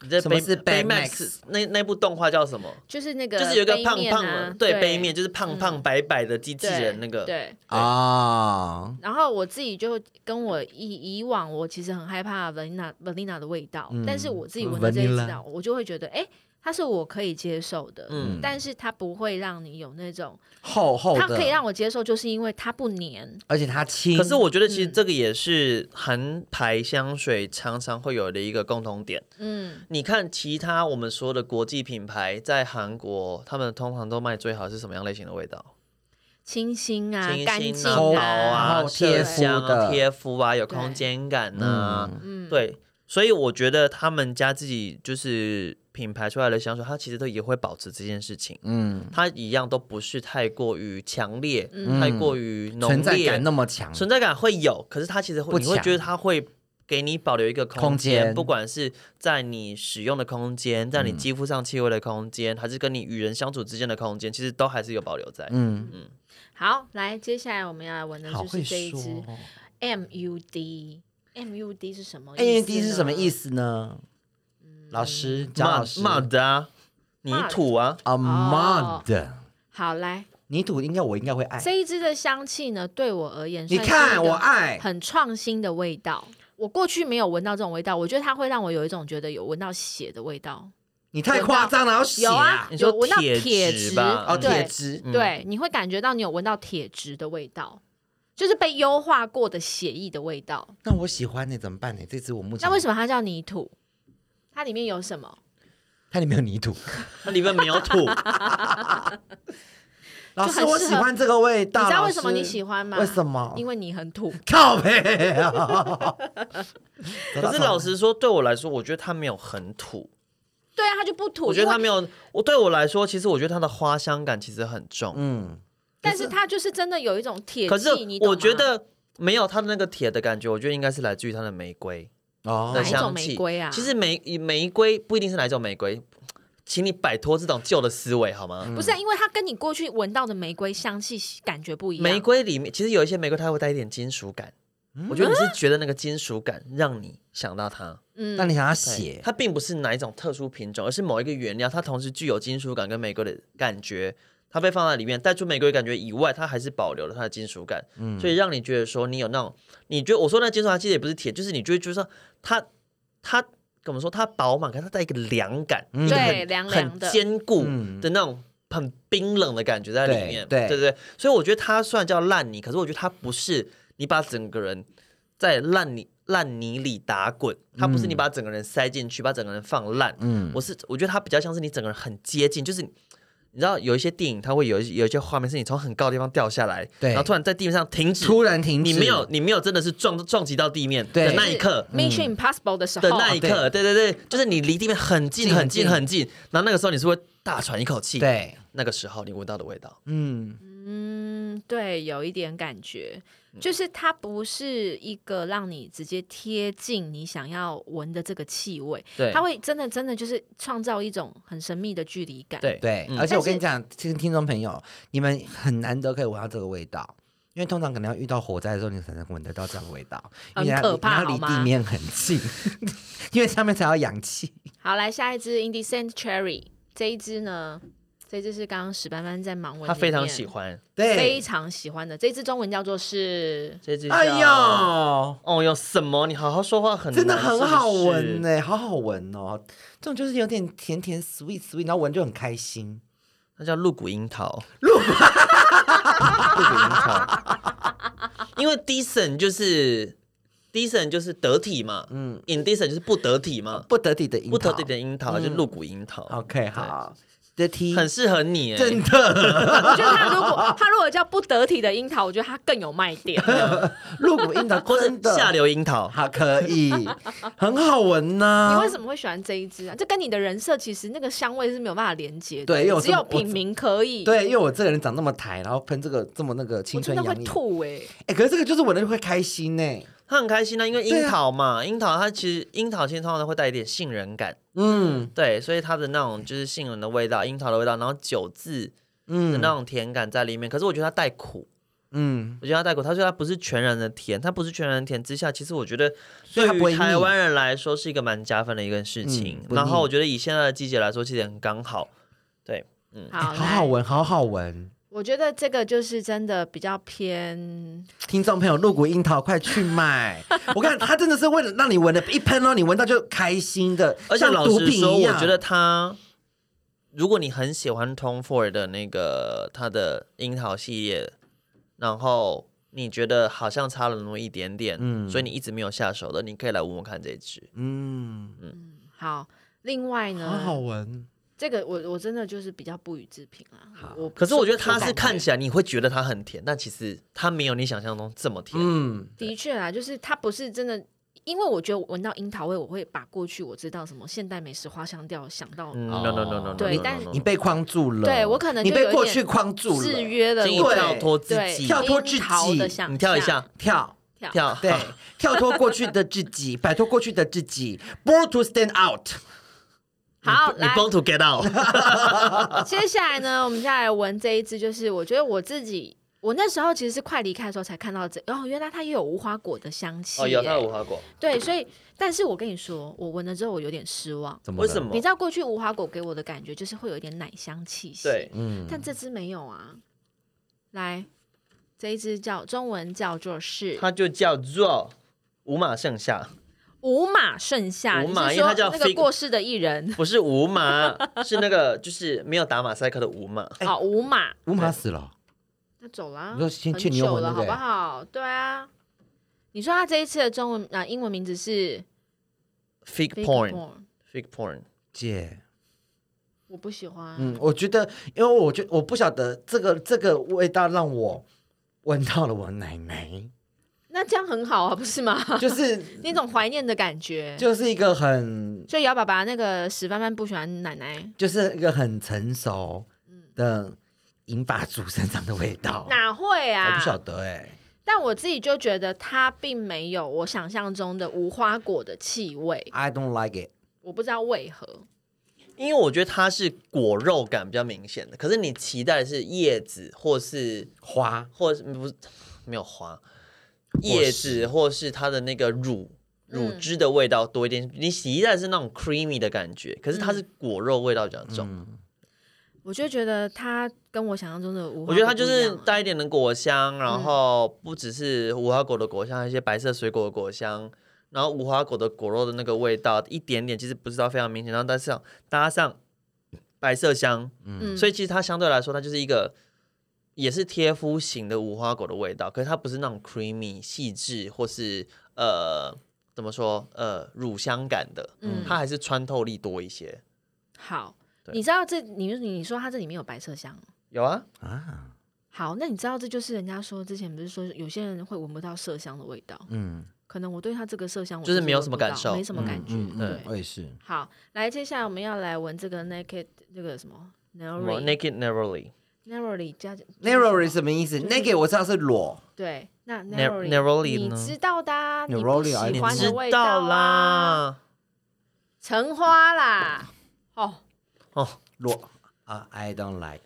Speaker 4: 你这
Speaker 3: 什么
Speaker 4: Bay-
Speaker 3: 是
Speaker 4: Baymax？那那部动画叫什么？
Speaker 2: 就是那个、
Speaker 4: 就是有一个胖胖的
Speaker 2: 的，，
Speaker 4: 对，杯面就是胖
Speaker 2: 啊
Speaker 4: 胖
Speaker 2: 嗯
Speaker 4: 白白的机器人那个。
Speaker 2: 对。
Speaker 3: 啊，
Speaker 2: 然后我自己就跟我以以往，我其实很害怕 vanilla vanilla 的味道，但是我自己闻到这一
Speaker 3: 嗯 vanilla
Speaker 2: 支道，啊我就会觉得，哎，它是我可以接受的，
Speaker 4: 嗯
Speaker 2: 但是它不会让你有那种，
Speaker 3: 厚厚的，
Speaker 2: 它可以让我接受，就是因为它不黏，
Speaker 3: 而且它轻。
Speaker 4: 可是我觉得其
Speaker 3: 嗯
Speaker 4: 实这个也是韩牌香水常常会有的一个共同点。
Speaker 2: 嗯，
Speaker 4: 你看其他我们说的国际品牌在韩国，他们通常都卖最好是什么样类型的味道？
Speaker 2: 清新啊，
Speaker 4: 清新
Speaker 2: 干净
Speaker 4: 啊、薄
Speaker 3: 然
Speaker 4: 啊、
Speaker 3: 后贴
Speaker 4: 麝香
Speaker 3: 肤的
Speaker 4: 啊、贴肤啊，有
Speaker 2: 对
Speaker 4: 空间感啊，
Speaker 2: 嗯，
Speaker 4: 对。所以我觉得他们家自己就是品牌出来的香水，它其实都也会保持这件事情。
Speaker 3: 嗯，
Speaker 4: 它一样都不是太过于强烈，
Speaker 2: 嗯
Speaker 4: 太过于浓烈，
Speaker 3: 存在感那么强，
Speaker 4: 存在感会有，可是它其实
Speaker 3: 嗯不
Speaker 4: 会，你
Speaker 3: 强
Speaker 4: 会觉得它会给你保留一个
Speaker 3: 空
Speaker 4: 间，
Speaker 3: 间嗯
Speaker 4: 不管是在你使用的空间，在你肌肤上气味的空间，还是跟你与人相处之间的空间，其实都还是有保留在。
Speaker 3: 嗯，
Speaker 2: 好，来，接下来我们要来闻的
Speaker 3: 好
Speaker 2: 就是
Speaker 3: 会
Speaker 2: 这一
Speaker 3: 说
Speaker 2: 支
Speaker 4: 哦
Speaker 2: MUD。MUD 是什么
Speaker 3: ，A N 哎 D 是什么意
Speaker 2: 思嗯
Speaker 3: 思呢？老师，张
Speaker 4: 骂
Speaker 3: 老师，
Speaker 4: 骂的啊，泥土啊，
Speaker 2: 哦
Speaker 3: 啊 mud，
Speaker 2: 呢？好，来，
Speaker 3: 泥土应该我应该会爱。
Speaker 2: 这一支的香气呢，对我而言，
Speaker 3: 哎你看我
Speaker 4: 哎
Speaker 3: 爱
Speaker 2: 很创新的味道。我过去没有闻到这种味道，我觉得它会让我有一种觉得有闻到血的味道。
Speaker 3: 你太夸张了，要写
Speaker 2: 有啊
Speaker 3: 啊，
Speaker 4: 你，说
Speaker 2: 有闻到
Speaker 4: 铁
Speaker 2: 铁
Speaker 4: 质
Speaker 2: 质
Speaker 4: 吧
Speaker 3: 哦，
Speaker 4: 嗯
Speaker 3: 铁
Speaker 2: 对
Speaker 3: 质，
Speaker 2: 对，你会感觉到你有闻到铁质的味道，就是被优化过的血液的味道。
Speaker 3: 那我喜欢你怎么办呢？这支我目前
Speaker 2: 那为什么它叫泥土？它里面有什么？
Speaker 3: 它里面有泥土。
Speaker 4: 它里面没有 土，
Speaker 3: 老
Speaker 2: 很适
Speaker 3: 师，
Speaker 2: 合
Speaker 3: 我喜欢这个味道。
Speaker 2: 你知道
Speaker 3: 老
Speaker 2: 为
Speaker 3: 师
Speaker 2: 什么你喜欢吗？
Speaker 3: 为什么？
Speaker 2: 因为你很土。
Speaker 3: 靠背啊！
Speaker 4: 可是老实说，对我来说，我觉得它没有很土，
Speaker 2: 对啊，它就不土。
Speaker 4: 我觉得它
Speaker 2: 因为，
Speaker 4: 没有，我对我来说，其实我觉得它的花香感其实很重，
Speaker 3: 嗯，
Speaker 2: 但是它就是真的有一种嗯铁
Speaker 4: 可是
Speaker 2: 剂，你懂
Speaker 4: 我
Speaker 2: 吗
Speaker 4: 觉得没有它的那个铁的感觉，我觉得应该是来自于它的玫瑰
Speaker 3: 哦
Speaker 4: 的
Speaker 2: 哪一种
Speaker 4: 香气。
Speaker 2: 玫瑰啊
Speaker 4: 其实玫玫瑰不一定是哪一种玫瑰，请你摆脱这种旧的思维好吗？
Speaker 2: 不是、啊，因为它跟你过去闻到的玫瑰香气感觉不一样。
Speaker 4: 玫瑰里面其实有一些玫瑰，它会带一点金属感。我觉得你是觉得那个金属感让你想到它，
Speaker 2: 嗯，
Speaker 3: 那你想要
Speaker 4: 对
Speaker 3: 写
Speaker 4: 它并不是哪一种特殊品种，而是某一个原料，它同时具有金属感跟玫瑰的感觉。它被放在里面，带出玫瑰感觉以外，它还是保留了它的金属感，
Speaker 3: 嗯
Speaker 4: 所以让你觉得说你有那种，你觉得我说那金属它其实也不是铁，就是你就会觉得说它它怎么说，它饱满，可是它带一个凉感，一个
Speaker 2: 对
Speaker 4: 很
Speaker 2: 凉凉
Speaker 4: 很
Speaker 2: 的
Speaker 4: 坚固
Speaker 3: 嗯
Speaker 4: 的那种很冰冷的感觉在里
Speaker 3: 对
Speaker 4: 面，
Speaker 3: 对
Speaker 4: 对对，所以我觉得它虽然叫烂泥，可是我觉得它不是你把整个人在烂泥烂泥里打滚，它不是你把整个人塞进去，把整个人放烂。
Speaker 3: 嗯
Speaker 4: 我是我觉得它比较像是你整个人很接近，就是你你知道有一些电影它会有一有一些画面是你从很高的地方掉下来，
Speaker 3: 对
Speaker 4: 然后突然在地面上停止，
Speaker 3: 突然停止，
Speaker 4: 你没有你没有真的是撞撞击到地面
Speaker 3: 对哦
Speaker 4: 的那一刻。
Speaker 2: 就是 Mission Impossible 的时候
Speaker 4: 嗯的那一刻，对对对，就是你离地面很近
Speaker 3: 近
Speaker 4: 很近
Speaker 3: 很
Speaker 4: 很近，然后那个时候你是会大喘一口气，，
Speaker 3: 对，
Speaker 4: 那个时候你闻到的味道，
Speaker 3: 嗯，
Speaker 2: 嗯，对，有一点感觉，
Speaker 4: 嗯
Speaker 2: 就是它不是一个让你直接贴近你想要闻的这个气味，
Speaker 4: 对
Speaker 2: 它会真的真的就是创造一种很神秘的距离感。
Speaker 4: 对
Speaker 3: 对。
Speaker 4: 嗯
Speaker 3: 而且我跟你讲，听听众朋友，你们很难得可以闻到这个味道。因为通常可能要遇到火灾的时候，你才能闻得到这样的味道，因为
Speaker 2: 很
Speaker 3: 它
Speaker 2: 可怕
Speaker 3: 你要离
Speaker 2: 好吗
Speaker 3: 地面很近， 因为上面才有氧气。
Speaker 2: 好，来下一支 Indecent Cherry 这一支呢，这一支是刚刚史班班在盲文，
Speaker 4: 他非常喜。欢
Speaker 2: 非
Speaker 3: 对，
Speaker 2: 常喜欢的这一支中文叫做 是
Speaker 4: 这支。
Speaker 3: 哎，呦，
Speaker 4: 哦有什么？你好好说话很难
Speaker 3: 真的很好闻
Speaker 4: 呢。
Speaker 3: 呢、好好闻哦。这种就是有点甜甜 sweet sweet，然后闻就很开心。
Speaker 4: 它叫露骨樱桃，
Speaker 3: 露
Speaker 4: 不准阴潮，因为 decent 就是 decent 就是得体嘛，嗯，indecent 就是不得体嘛，
Speaker 3: 不得体的樱
Speaker 4: 不
Speaker 3: 桃
Speaker 4: 得体的樱桃就露骨樱桃，
Speaker 3: OK，好，dirty，
Speaker 4: 很适合你欸，
Speaker 3: 真的
Speaker 2: 我觉得他如果他如果叫不得体的樱桃，我觉得他更有卖点。
Speaker 3: 露骨樱桃，
Speaker 4: 或
Speaker 3: 真
Speaker 4: 者
Speaker 3: 的
Speaker 4: 下，流樱桃，
Speaker 3: 好可以， 很好闻
Speaker 2: 你
Speaker 3: 呐。
Speaker 2: 为什么会喜欢这一支啊？这跟你的人设其实那个香味是没有办法连接的，
Speaker 3: 对因为我
Speaker 2: 只有
Speaker 3: 真的我
Speaker 2: 品茗可以。，
Speaker 3: 对，因为我这个人长那么抬，然后喷这个这么那个青
Speaker 2: 我真
Speaker 3: 春
Speaker 2: 的会
Speaker 3: 洋溢，
Speaker 2: 吐哎、
Speaker 4: 欸
Speaker 3: 哎，可是这个就是闻了就会开心呢。
Speaker 4: 他很开心啊，因为
Speaker 3: 对
Speaker 4: 樱
Speaker 3: 啊
Speaker 4: 桃嘛，樱桃它其实樱桃其实通常都会带一点杏仁感，
Speaker 3: 嗯
Speaker 4: 对，所以它的那种就是杏仁的味道、樱桃的味道，然后酒渍的
Speaker 3: 嗯
Speaker 4: 那种甜感在里面。可是我觉得它带苦，
Speaker 3: 嗯，
Speaker 4: 我觉得它带苦。他说它不是全然的甜，它不是全然的甜之下，其实我觉得
Speaker 3: 所以它
Speaker 4: 对
Speaker 3: 不会
Speaker 4: 于
Speaker 3: 腻
Speaker 4: 台湾人来说是一个蛮加分的一个事情
Speaker 3: 嗯。不腻
Speaker 4: 然后我觉得以现在的季节来说，其实很刚好。对，嗯，
Speaker 2: 好，
Speaker 3: 哎好
Speaker 2: 来
Speaker 3: 好闻，好好闻。
Speaker 2: 我觉得这个就是真的比较偏，
Speaker 3: 听众朋友，露骨樱桃快去买！我看它真的是为了让你闻的，一喷哦，你闻到就开心的，
Speaker 4: 而且
Speaker 3: 像
Speaker 4: 老
Speaker 3: 毒
Speaker 4: 实
Speaker 3: 品
Speaker 4: 说，
Speaker 3: 一
Speaker 4: 我
Speaker 3: 样
Speaker 4: 觉得它。如果你很喜欢 Tom Ford 的那个它的樱桃系列，然后你觉得好像差了那么一点点，
Speaker 3: 嗯
Speaker 4: 所以你一直没有下手的，你可以来闻闻看这一支。
Speaker 3: 嗯，
Speaker 2: 好。另外呢，
Speaker 3: 好好闻。
Speaker 2: 这个我我真的就是比较不予置评啦。我
Speaker 4: 可是我觉得它
Speaker 2: 不
Speaker 4: 是
Speaker 2: 感
Speaker 4: 看起来你会觉得它很甜，但其实它没有你想象中这么甜。
Speaker 3: 嗯，
Speaker 2: 的确啦，就是它不是真的，因为我觉得我闻到樱桃味，我会把过去我知道什么现代美食花香调想到
Speaker 4: 嗯，no no no no, no no，
Speaker 2: 对
Speaker 4: no, no,
Speaker 2: 但
Speaker 4: no, no.
Speaker 3: 你被框住了。
Speaker 2: 对我可能
Speaker 3: 你
Speaker 2: 就有
Speaker 3: 被过
Speaker 2: 一
Speaker 3: 去
Speaker 2: 点
Speaker 3: 框住了。
Speaker 2: 制约了
Speaker 4: 建议
Speaker 2: 我
Speaker 3: 对
Speaker 4: 跳脱自
Speaker 2: 对
Speaker 4: 己，
Speaker 3: 跳脱自
Speaker 2: 樱桃
Speaker 3: 己
Speaker 2: 的想
Speaker 4: 你跳一
Speaker 2: 象
Speaker 4: 下，
Speaker 2: 跳
Speaker 3: 跳，
Speaker 4: 跳，
Speaker 3: 对，跳脱过去的自己，摆脱过去的自己，born to stand out。
Speaker 2: 好，
Speaker 4: 你
Speaker 2: 来，
Speaker 4: born to get out，
Speaker 2: 接下来呢，我们下来闻这一支，就是我觉得我自己，我那时候其实是快离开的时候才看到这，哦，原来它也有无花果的香气、
Speaker 4: 哦，有它
Speaker 2: 哎
Speaker 4: 有无花果，
Speaker 2: 对，所以，但是我跟你说，我闻了之后我有点失望。
Speaker 3: 怎
Speaker 4: 为什
Speaker 3: 了？
Speaker 4: 么
Speaker 2: 你知？道过去无花果给我的感觉就是会有一点奶香气息，
Speaker 4: 对，，
Speaker 3: 嗯，
Speaker 2: 但这支没有啊。来，这一支叫中文叫做是
Speaker 4: 它就叫做五马盛夏，
Speaker 2: 五马盛夏，
Speaker 4: 五马
Speaker 2: 你是
Speaker 4: 因
Speaker 2: 说
Speaker 4: 为它叫
Speaker 2: 那个
Speaker 4: fig-
Speaker 2: 过世的艺人？
Speaker 4: 不是五马， 是那个就是没有打马赛克的五马。
Speaker 2: 好，哦五马，
Speaker 3: 五马死了。
Speaker 2: 那走啦，
Speaker 3: 你说先
Speaker 2: 很
Speaker 3: 倩女幽
Speaker 2: 久
Speaker 3: 魂
Speaker 2: 了，
Speaker 3: 对
Speaker 2: 好
Speaker 3: 不
Speaker 2: 不
Speaker 3: 对
Speaker 2: 好？对啊，你说他这一次的中文啊，英文名字是
Speaker 4: Fig
Speaker 2: Big
Speaker 4: porn，fig
Speaker 2: Porn
Speaker 4: porn，
Speaker 3: 姐，
Speaker 2: 我不喜欢。
Speaker 3: 嗯，我觉得，因为我觉我不晓得这个这个味道让我闻到了我奶 奶，
Speaker 2: 那这样很好啊，不是吗？
Speaker 3: 就是
Speaker 2: 那种怀念的感觉。
Speaker 3: 就是一个很
Speaker 2: 所以姚爸爸那个史帆帆不喜欢奶奶，
Speaker 3: 就是一个很成熟
Speaker 2: 嗯
Speaker 3: 的银发族身上的味道，
Speaker 2: 哪会
Speaker 3: 哦我
Speaker 2: 啊
Speaker 3: 不？晓得哎、
Speaker 2: 但我自己就觉得它并没有我想象中的无花果的气味，
Speaker 3: i don't like it。
Speaker 2: 我不知道为何。
Speaker 4: 因为我觉得它是果肉感比较明显的，可是你期待的是叶子或是
Speaker 3: 花
Speaker 4: 或是嗯不是没有花，叶子或是它的那个乳乳汁的味道多一点。你洗衣袋是那种 creamy 的感觉，可是它是果肉味道比较
Speaker 3: 嗯
Speaker 4: 重。
Speaker 2: 我就觉得它跟我想象中的无花果
Speaker 4: 我觉得它就
Speaker 2: 不一
Speaker 4: 是
Speaker 2: 样啊嗯
Speaker 4: 带一点的果香，然后不只是无花果的果香，还有一些白色水果的果香，然后无花果的果肉的那个味道一点点，其实不是到非常明显，然后搭上搭上白色香，
Speaker 2: 嗯
Speaker 4: 所以其实它相对来说，它就是一个也是贴肤型的无花果的味道，可是它不是那种 creamy 细致或是呃怎么说呃乳香感的，
Speaker 2: 嗯
Speaker 4: 它还是穿透力多一些。
Speaker 2: 好，
Speaker 4: 对
Speaker 2: 你知道这你你说它这里面有白麝香，
Speaker 4: 有啊，
Speaker 3: 啊，
Speaker 2: 好，那你知道这就是人家说之前不是说有些人会闻不到麝香的味道，
Speaker 3: 嗯
Speaker 2: 可能我对它这个麝香我
Speaker 4: 就是没有
Speaker 2: 闻
Speaker 4: 什么
Speaker 2: 不到
Speaker 4: 感受
Speaker 2: 没什么感觉，
Speaker 3: 嗯嗯
Speaker 2: 对，。
Speaker 3: 我也是。
Speaker 2: 好，来，接下来我们要来闻这个 naked 这个什么
Speaker 4: 什么
Speaker 2: narrowly
Speaker 4: naked narrowly
Speaker 2: narrowly 加
Speaker 3: narrow 是
Speaker 2: 是
Speaker 3: 什么意思
Speaker 4: 嗯
Speaker 2: 就是
Speaker 3: ？naked 我知道是裸，
Speaker 2: 对，那
Speaker 4: Nar-
Speaker 2: narrowly
Speaker 4: narrowly
Speaker 2: 你
Speaker 4: 呢
Speaker 2: 知道的啊，你不
Speaker 3: narrowly 啊
Speaker 2: 喜
Speaker 3: 你
Speaker 2: 欢
Speaker 4: 知
Speaker 2: 的味
Speaker 4: 道
Speaker 2: 道啊，
Speaker 4: 啦。
Speaker 2: 橙花啦，哦，
Speaker 4: 哦，
Speaker 3: 裸啊、i don't like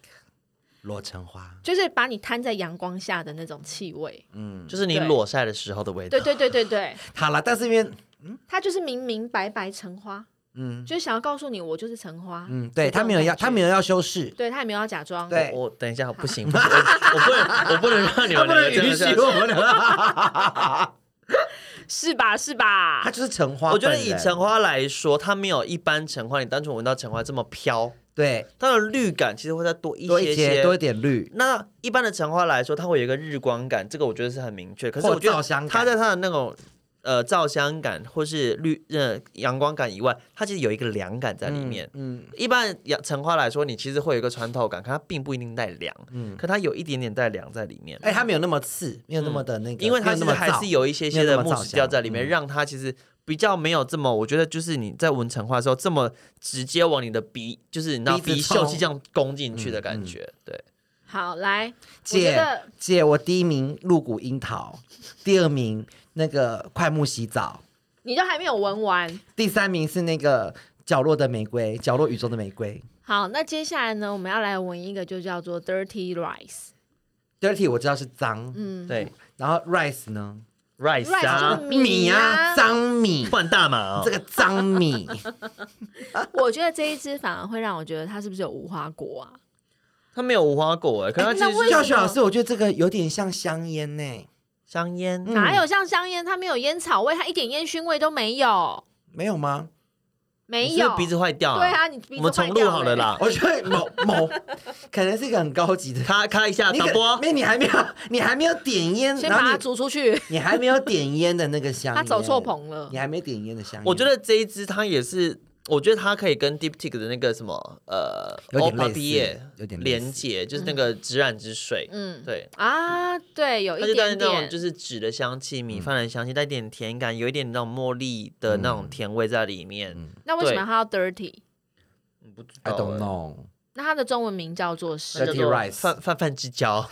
Speaker 3: 裸橙花。
Speaker 2: 就是把你摊在阳光下的那种气味，
Speaker 3: 嗯，
Speaker 4: 就是你
Speaker 2: 对
Speaker 4: 裸晒的时候的味道。
Speaker 2: 对对对对对，
Speaker 3: 好了，但是因为
Speaker 2: 它就是明明白白橙花，
Speaker 3: 嗯
Speaker 2: 就是想要告诉你我就是橙花，
Speaker 3: 嗯，对
Speaker 2: 就这
Speaker 3: 他
Speaker 2: 种
Speaker 3: 没有要，
Speaker 2: 感觉
Speaker 3: 他没有要修饰，
Speaker 2: 对他也没有要假装，
Speaker 3: 对
Speaker 4: 我我哦等一下，不行，不行，我我不能，我 不能让你
Speaker 3: 他
Speaker 4: 们
Speaker 3: 不能允许
Speaker 4: 两个
Speaker 3: 我们俩。
Speaker 2: 是吧是吧
Speaker 3: 他？就是橙花
Speaker 4: 我
Speaker 3: 本
Speaker 4: 觉
Speaker 3: 人，
Speaker 4: 得以橙花来说，它没有一般橙花，你单纯闻到橙花这么飘，
Speaker 3: 对，
Speaker 4: 它的绿感其实会再多一
Speaker 3: 多
Speaker 4: 些
Speaker 3: 一
Speaker 4: 些。
Speaker 3: 些多一点绿，
Speaker 4: 那一般的橙花来说，它会有一个日光感，这个我觉得是很明确。可是
Speaker 3: 或
Speaker 4: 我觉
Speaker 3: 照相
Speaker 4: 得
Speaker 3: 感
Speaker 4: 它在它的那种呃照相感或是绿呃阳光感以外，它其实有一个凉感在里面。
Speaker 3: 嗯，嗯
Speaker 4: 一般阳橙花来说，你其实会有一个穿透感，可它并不一定带凉，
Speaker 3: 嗯
Speaker 4: 可它有一点点带凉在里面。
Speaker 3: 哎、它没有那么刺，没有那么的那个，
Speaker 4: 嗯因为
Speaker 3: 没
Speaker 4: 它
Speaker 3: 有
Speaker 4: 其
Speaker 3: 那
Speaker 4: 实
Speaker 3: 么
Speaker 4: 还
Speaker 3: 燥
Speaker 4: 是有一些些
Speaker 3: 没有
Speaker 4: 的
Speaker 3: 那么
Speaker 4: 木
Speaker 3: 燥
Speaker 4: 质调在里面，
Speaker 3: 香嗯
Speaker 4: 让它其实比较没有这么，我觉得就是你在闻橙花的时候，这么直接往你的鼻，就是你知道
Speaker 3: 鼻子
Speaker 4: 鼻嗅
Speaker 3: 冲
Speaker 4: 器这样攻进去的
Speaker 3: 嗯
Speaker 4: 感
Speaker 3: 嗯
Speaker 4: 觉，对。
Speaker 2: 好，来，我觉
Speaker 3: 姐
Speaker 2: 得
Speaker 3: 姐，我第一名露骨樱桃，第二名那个快木洗澡，
Speaker 2: 你都还没有闻完。
Speaker 3: 第三名是那个角落的玫瑰，角落宇宙的玫瑰。
Speaker 2: 好，那接下来呢，我们要来闻一个，就叫做 Dirty Rice。
Speaker 3: Dirty 我知道是脏，
Speaker 2: 嗯
Speaker 4: 对
Speaker 3: 然后 Rice 呢？
Speaker 4: ，rice 啊
Speaker 2: 就是，米啊
Speaker 3: 啊，脏米，
Speaker 4: 换大麻哦
Speaker 3: 这个脏米，
Speaker 2: 我觉得这一支反而会让我觉得它是不是有无花果啊？
Speaker 4: 它没有无花果哎，可
Speaker 2: 哎
Speaker 4: 它其
Speaker 2: 那
Speaker 4: 实
Speaker 2: 为
Speaker 4: 是
Speaker 2: 什
Speaker 3: 教
Speaker 2: 么
Speaker 3: 学老师，我觉得这个有点像香烟呢、
Speaker 4: 香烟，
Speaker 3: 嗯
Speaker 2: 哪有像香烟？它没有烟草味，它一点烟熏味都没有，
Speaker 3: 没有吗？
Speaker 2: 没
Speaker 4: 你是
Speaker 2: 有
Speaker 4: 不是鼻子坏掉，
Speaker 2: 对啊，，你鼻子
Speaker 4: 我们重录好
Speaker 2: 坏
Speaker 4: 了
Speaker 2: 掉欸。
Speaker 4: 啦，
Speaker 3: 我觉得某某可能是一个很高级的。
Speaker 4: 咔咔一下
Speaker 3: 你
Speaker 4: 导
Speaker 3: 可
Speaker 4: 播
Speaker 3: 没，有你还没有，你还没有点烟，
Speaker 2: 先
Speaker 3: 然
Speaker 2: 把
Speaker 3: 后
Speaker 2: 它
Speaker 3: 你
Speaker 2: 逐出去，
Speaker 3: 你还没有点烟的那个香
Speaker 2: 他
Speaker 3: 烟，
Speaker 2: 走错棚了
Speaker 3: 你。还没点烟的香烟，
Speaker 4: 我觉得这一支它也是，我觉得它可以跟 Diptic 的那个什么呃
Speaker 3: 有点类
Speaker 4: OPA
Speaker 3: 似
Speaker 4: 毕业
Speaker 3: 有点类似
Speaker 4: 连接，就是那个止染之水，
Speaker 2: 嗯，
Speaker 4: 对。
Speaker 2: 啊，对，有
Speaker 4: 它
Speaker 2: 一
Speaker 4: 就带着
Speaker 2: 点
Speaker 4: 那种
Speaker 2: 点，
Speaker 4: 就是纸的香气、
Speaker 3: 嗯
Speaker 4: 米饭的香气，带一点甜感，有一点那种茉莉的那种甜味在里面。
Speaker 3: 嗯
Speaker 2: 那为什么它要 dirty？
Speaker 4: 嗯不知道
Speaker 3: ，I
Speaker 4: 欸
Speaker 3: don't know，
Speaker 2: 那它的中文名叫做
Speaker 4: 它
Speaker 2: 是
Speaker 4: 叫
Speaker 3: 对 Dirty
Speaker 4: 做
Speaker 3: rice
Speaker 4: 泛泛泛之交。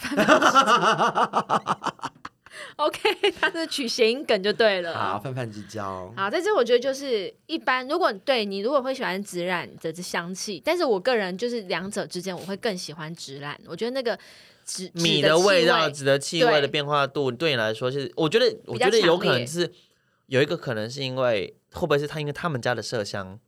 Speaker 2: OK，它 是取谐音梗就对了。
Speaker 3: 好，泛泛之交，
Speaker 2: 好，在这我觉得就是一般，如果对你如果会喜欢紫染的这香气，但是我个人就是两者之间，我会更喜欢紫染。我觉得那个紫
Speaker 4: 米
Speaker 2: 的
Speaker 4: 的
Speaker 2: 气
Speaker 4: 味
Speaker 2: 味
Speaker 4: 道、纸的气味
Speaker 2: 对
Speaker 4: 的变化度，对你来说是，我觉得，我
Speaker 2: 较
Speaker 4: 觉得有
Speaker 2: 强
Speaker 4: 可能
Speaker 2: 烈
Speaker 4: 是有一个可能是因为会不会是他因为他们家的麝香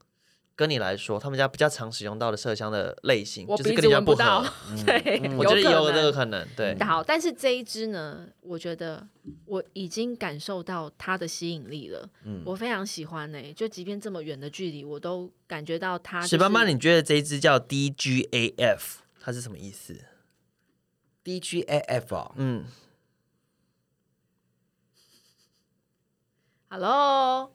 Speaker 4: 跟你来说，他们家比较常使用到的麝香的类型，
Speaker 2: 我
Speaker 4: 就是
Speaker 2: 鼻
Speaker 4: 跟
Speaker 2: 子
Speaker 4: 你家
Speaker 2: 闻
Speaker 4: 不
Speaker 2: 不
Speaker 4: 合。
Speaker 2: 到，
Speaker 4: 嗯
Speaker 2: 对，
Speaker 4: 我觉得
Speaker 2: 可
Speaker 4: 有这个
Speaker 2: 能。
Speaker 4: 可能，对，
Speaker 2: 好，但是这一支呢，我觉得我已经感受到它的吸引力了，
Speaker 3: 嗯
Speaker 2: 我非常喜欢呢、就即便这么远的距离，我都感觉到它、就是。
Speaker 4: 史斑斑，你觉得这一支叫 DGAF，它是什么意思？
Speaker 3: ，D G A F 哦，
Speaker 4: 嗯，
Speaker 2: Hello，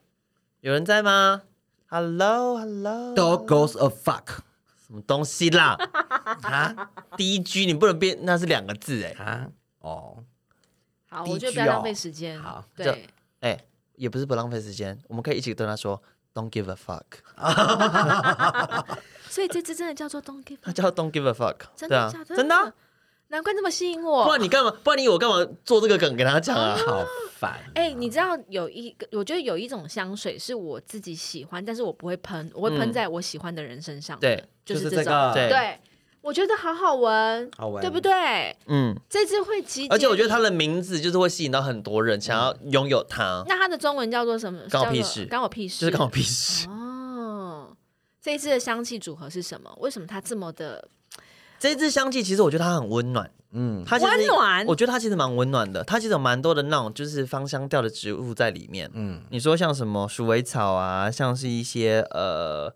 Speaker 4: 有人在吗？Hello，Hello，
Speaker 3: 都 goes a fuck
Speaker 4: 什么东西啦
Speaker 3: 啊
Speaker 4: ？DG 你不能变，那是两个字哎，
Speaker 3: 啊哦，
Speaker 2: 好，
Speaker 3: 低
Speaker 2: 我觉得不
Speaker 3: 居
Speaker 2: 要浪
Speaker 3: 哦
Speaker 2: 费时间。
Speaker 3: 好
Speaker 4: 这
Speaker 2: 对，
Speaker 4: 哎，也不是不浪费时间，我们可以一起跟他说 Don't give a fuck，
Speaker 2: 所以这支真的叫做 Don't Give，
Speaker 4: 他
Speaker 2: a-
Speaker 4: 叫 Don't give a fuck，
Speaker 2: 真
Speaker 4: 对
Speaker 2: 的
Speaker 4: 啊
Speaker 2: 假，的？
Speaker 4: 真的啊，，
Speaker 2: 难怪那么吸引
Speaker 4: 不
Speaker 2: 我
Speaker 4: 然。你干嘛？不然你以为我干嘛做这个梗给他讲 啊？
Speaker 3: 好烦，
Speaker 2: 哎、你知道有一个，我觉得有一种香水是我自己喜欢，但是我不会喷，我会喷
Speaker 4: 嗯
Speaker 2: 在我喜欢的人身上的。
Speaker 4: 对，
Speaker 2: 就
Speaker 3: 就是
Speaker 2: 这
Speaker 3: 这
Speaker 2: 种。
Speaker 3: 个，
Speaker 4: 对
Speaker 2: 对，我觉得好好闻，
Speaker 3: 好闻
Speaker 2: 对不对？
Speaker 4: 嗯，
Speaker 2: 这支会集结，
Speaker 4: 而且我觉得他的名字就是会吸引到很多
Speaker 2: 嗯
Speaker 4: 人想要拥有它，
Speaker 2: 那它的中文叫做什么？
Speaker 4: 干我屁
Speaker 2: 叫做
Speaker 4: 事
Speaker 2: 干我屁事，
Speaker 4: 就是跟我屁
Speaker 2: 嗯
Speaker 4: 事。
Speaker 2: 哦。这一支的香气组合是什么？为什么它这么的
Speaker 4: 这支香气其实我觉得它很温暖，
Speaker 3: 嗯，
Speaker 4: 它其实
Speaker 2: 温暖
Speaker 4: 我觉得它其实蛮温暖的，它其实有蛮多的那种就是芳香调的植物在里面。
Speaker 3: 嗯
Speaker 4: 嗯，你说像什么鼠尾草啊，像是一些呃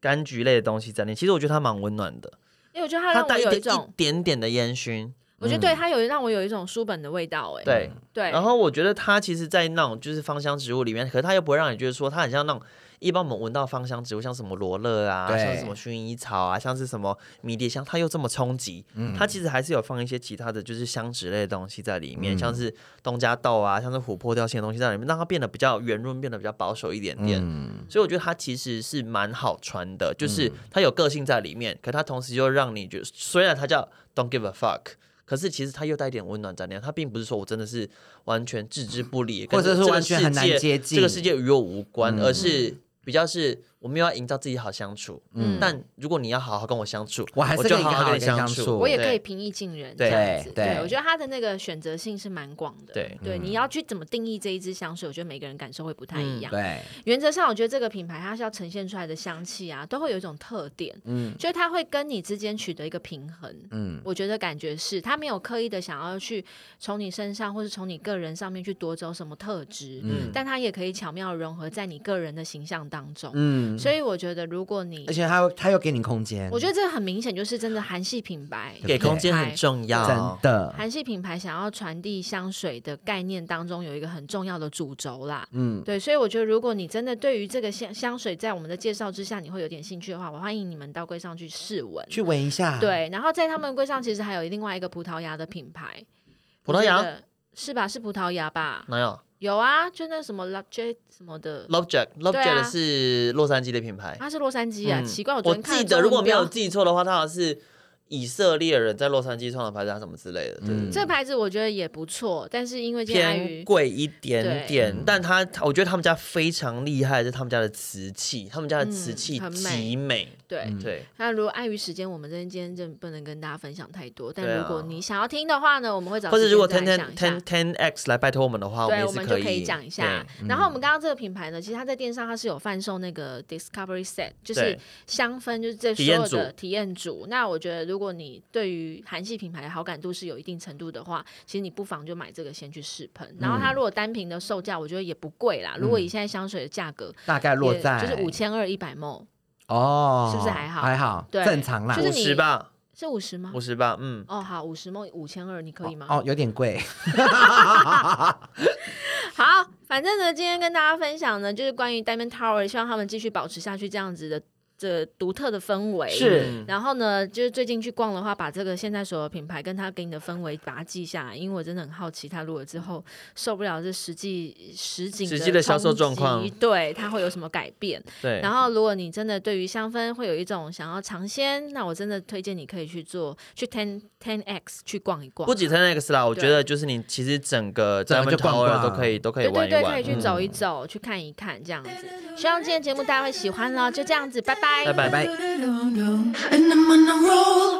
Speaker 4: 柑橘类的东西在内，其实我觉得它蛮温暖的，
Speaker 2: 因为我觉得它
Speaker 4: 它
Speaker 2: 让我
Speaker 4: 带一
Speaker 2: 有
Speaker 4: 点
Speaker 2: 一种
Speaker 4: 一，点点的烟熏。
Speaker 2: 我觉得对它有让我有一种书本的味道、哎，
Speaker 4: 对，
Speaker 3: 嗯
Speaker 2: 对，
Speaker 4: 然后我觉得它其实，在那种就是芳香植物里面，可是它又不会让你觉得说它很像那种一般我们闻到芳香植物，像什么罗勒啊，
Speaker 3: 对
Speaker 4: 像什么薰衣草啊，像是什么迷迭香，它又这么冲击。
Speaker 3: 嗯
Speaker 4: 它其实还是有放一些其他的就是香脂类的东西在里面，
Speaker 3: 嗯
Speaker 4: 像是东加豆啊，像是琥珀调性的东西在里面，让它变得比较圆润，变得比较保守一点点。
Speaker 3: 嗯
Speaker 4: 所以我觉得它其实是蛮好穿的，就是它有个性在里面，可它同时又让你觉得，虽然它叫 Don't give a fuck，可是其实它又带一点温暖在里面。它并不是说我真的是完全置之不理，
Speaker 3: 或者是
Speaker 4: 跟这个
Speaker 3: 完全很难
Speaker 4: 世界
Speaker 3: 接近
Speaker 4: 这个世界与我无关，
Speaker 3: 嗯
Speaker 4: 而是比较是我们要营造自己好相处。
Speaker 2: 嗯
Speaker 4: 但如果你要好好跟我相处，
Speaker 3: 我还是
Speaker 4: 就
Speaker 3: 可以
Speaker 4: 好
Speaker 3: 好好
Speaker 4: 跟你
Speaker 3: 跟相
Speaker 4: 处，
Speaker 3: 处
Speaker 2: 我也
Speaker 4: 对
Speaker 2: 可以平易近人这
Speaker 4: 对
Speaker 2: 样子。
Speaker 3: 对嗯
Speaker 2: 对，
Speaker 3: 对
Speaker 2: 我觉得它的那个选择性是蛮广的。
Speaker 4: 对
Speaker 2: 你要去怎么定义这一支香水，我觉得每个人感受会不太一样。
Speaker 3: 嗯对，
Speaker 2: 原则上，我觉得这个品牌它是要呈现出来的香气啊，都会有一种特点，
Speaker 3: 嗯
Speaker 2: 就是它会跟你之间取得一个平衡。
Speaker 3: 嗯
Speaker 2: 我觉得感觉是它没有刻意的想要去从你身上或是从你个人上面去夺走什么特质，
Speaker 3: 嗯
Speaker 2: 但它也可以巧妙融合在你个人的形象当中。
Speaker 3: 嗯，
Speaker 2: 所以我觉得，如果你
Speaker 3: 而且他又他又给你空间，
Speaker 2: 我觉得这个很明显，就是真的韩系品牌
Speaker 4: 给空间很重要
Speaker 3: 真。的，
Speaker 2: 韩系品牌想要传递香水的概念当中有一个很重要的主轴啦。
Speaker 3: 嗯，
Speaker 2: 对，所以我觉得，如果你真的对于这个香香水，在我们的介绍之下，你会有点兴趣的话，我欢迎你们到柜上去试闻。
Speaker 3: 去闻一下，，
Speaker 2: 对，然后在他们柜上其实还有另外一个葡萄牙的品牌，
Speaker 4: 葡萄
Speaker 2: 我觉
Speaker 4: 牙
Speaker 2: 得是吧？是葡萄牙吧？
Speaker 4: 哪有
Speaker 2: 有啊，就那什么 l o j e 什么的，
Speaker 4: Love Jack？Love
Speaker 2: 对啊
Speaker 4: Jack 是洛杉矶的品牌。
Speaker 2: 它是洛杉矶啊，
Speaker 4: 嗯
Speaker 2: 奇怪，我昨
Speaker 4: 我
Speaker 2: 天看
Speaker 4: 记
Speaker 2: 了
Speaker 4: 得
Speaker 2: 中
Speaker 4: 如果
Speaker 2: 文
Speaker 4: 没有
Speaker 2: 标
Speaker 4: 记错的话，它好像是以色列人在洛杉矶创的牌子，啊什么之类的，对
Speaker 3: 嗯
Speaker 2: 这个牌子，我觉得也不错，但是因为今天碍
Speaker 4: 偏
Speaker 2: 于
Speaker 4: 贵一点
Speaker 3: 对
Speaker 4: 点，但它我觉得他们家非常厉害，是他们家的瓷器，他们家的瓷
Speaker 2: 嗯
Speaker 4: 器
Speaker 2: 很美
Speaker 4: 极美，
Speaker 2: 对。
Speaker 3: 嗯
Speaker 4: 对，
Speaker 2: 那如果碍于时间，我们今天真的不能跟大家分享太多。但
Speaker 4: 对啊
Speaker 2: 如果你想要听的话呢，我们会找
Speaker 4: 或者
Speaker 2: 时
Speaker 4: 如果
Speaker 2: 间
Speaker 4: ten
Speaker 2: 再来讲一
Speaker 4: ten ten
Speaker 2: 下
Speaker 4: ten x 来拜托我们的话，
Speaker 2: 对，
Speaker 4: 也
Speaker 2: 我
Speaker 4: 是
Speaker 2: 们就
Speaker 4: 以嗯
Speaker 2: 可以讲一下。然后我们刚刚这个品牌呢，其实它在电商它是有贩售那个 Discovery Set，就是
Speaker 4: 对
Speaker 2: 香氛，就是这所
Speaker 4: 体验
Speaker 2: 有的
Speaker 4: 组
Speaker 2: 体验组。那我觉得，如果你对于韩系品牌的好感度是有一定程度的话，其实你不妨就买这个先去试喷。然
Speaker 4: 嗯
Speaker 2: 后它如果单瓶的售价，我觉得也不贵啦。如果以现在香水的价格，
Speaker 3: 大概落
Speaker 2: 也
Speaker 3: 在
Speaker 2: 就是五千二一百 ml，
Speaker 3: 哦，
Speaker 2: 是不是还好
Speaker 3: 还好，
Speaker 2: 对
Speaker 3: 正常啦，
Speaker 2: 就是
Speaker 4: 五
Speaker 2: 你
Speaker 4: 十吧，
Speaker 2: 是五十吗
Speaker 4: 五？十吧， 嗯，
Speaker 2: 哦，好，五十 ml 五千二，你可以吗？
Speaker 3: 哦，有点贵，
Speaker 2: 好，反正呢，今天跟大家分享呢，就是关于 Diamond Tower，希望他们继续保持下去这样子的这独特的氛围。。
Speaker 4: 嗯
Speaker 3: 是
Speaker 2: 然后呢，就是最近去逛的话，把这个现在所有品牌跟它给你的氛围把它记下来，因为我真的很好奇，它如果之后受不了这实际实景
Speaker 4: 实际的销售
Speaker 2: 冲击
Speaker 4: 状况
Speaker 2: 对它会有什么改变？
Speaker 4: 对，
Speaker 2: 然后，如果你真的对于香氛会有一种想要尝鲜，那我真的推荐你可以去做去 Ten Ten X 去逛一逛，
Speaker 4: 不止 ten x 啦，我
Speaker 2: 对
Speaker 4: 觉得就是你其实整个
Speaker 3: 整个
Speaker 4: Diamond
Speaker 3: 就逛
Speaker 4: Tower
Speaker 3: 逛
Speaker 4: 都可以都可以
Speaker 2: 对对
Speaker 4: 玩一
Speaker 2: 对，可
Speaker 4: 玩
Speaker 2: 以，去
Speaker 4: 嗯
Speaker 2: 走一走，去看一看这样子。希望今天节目大家会喜欢咯，就这样子，拜拜，
Speaker 4: 拜拜
Speaker 3: 拜拜。
Speaker 1: And I'm on a roll.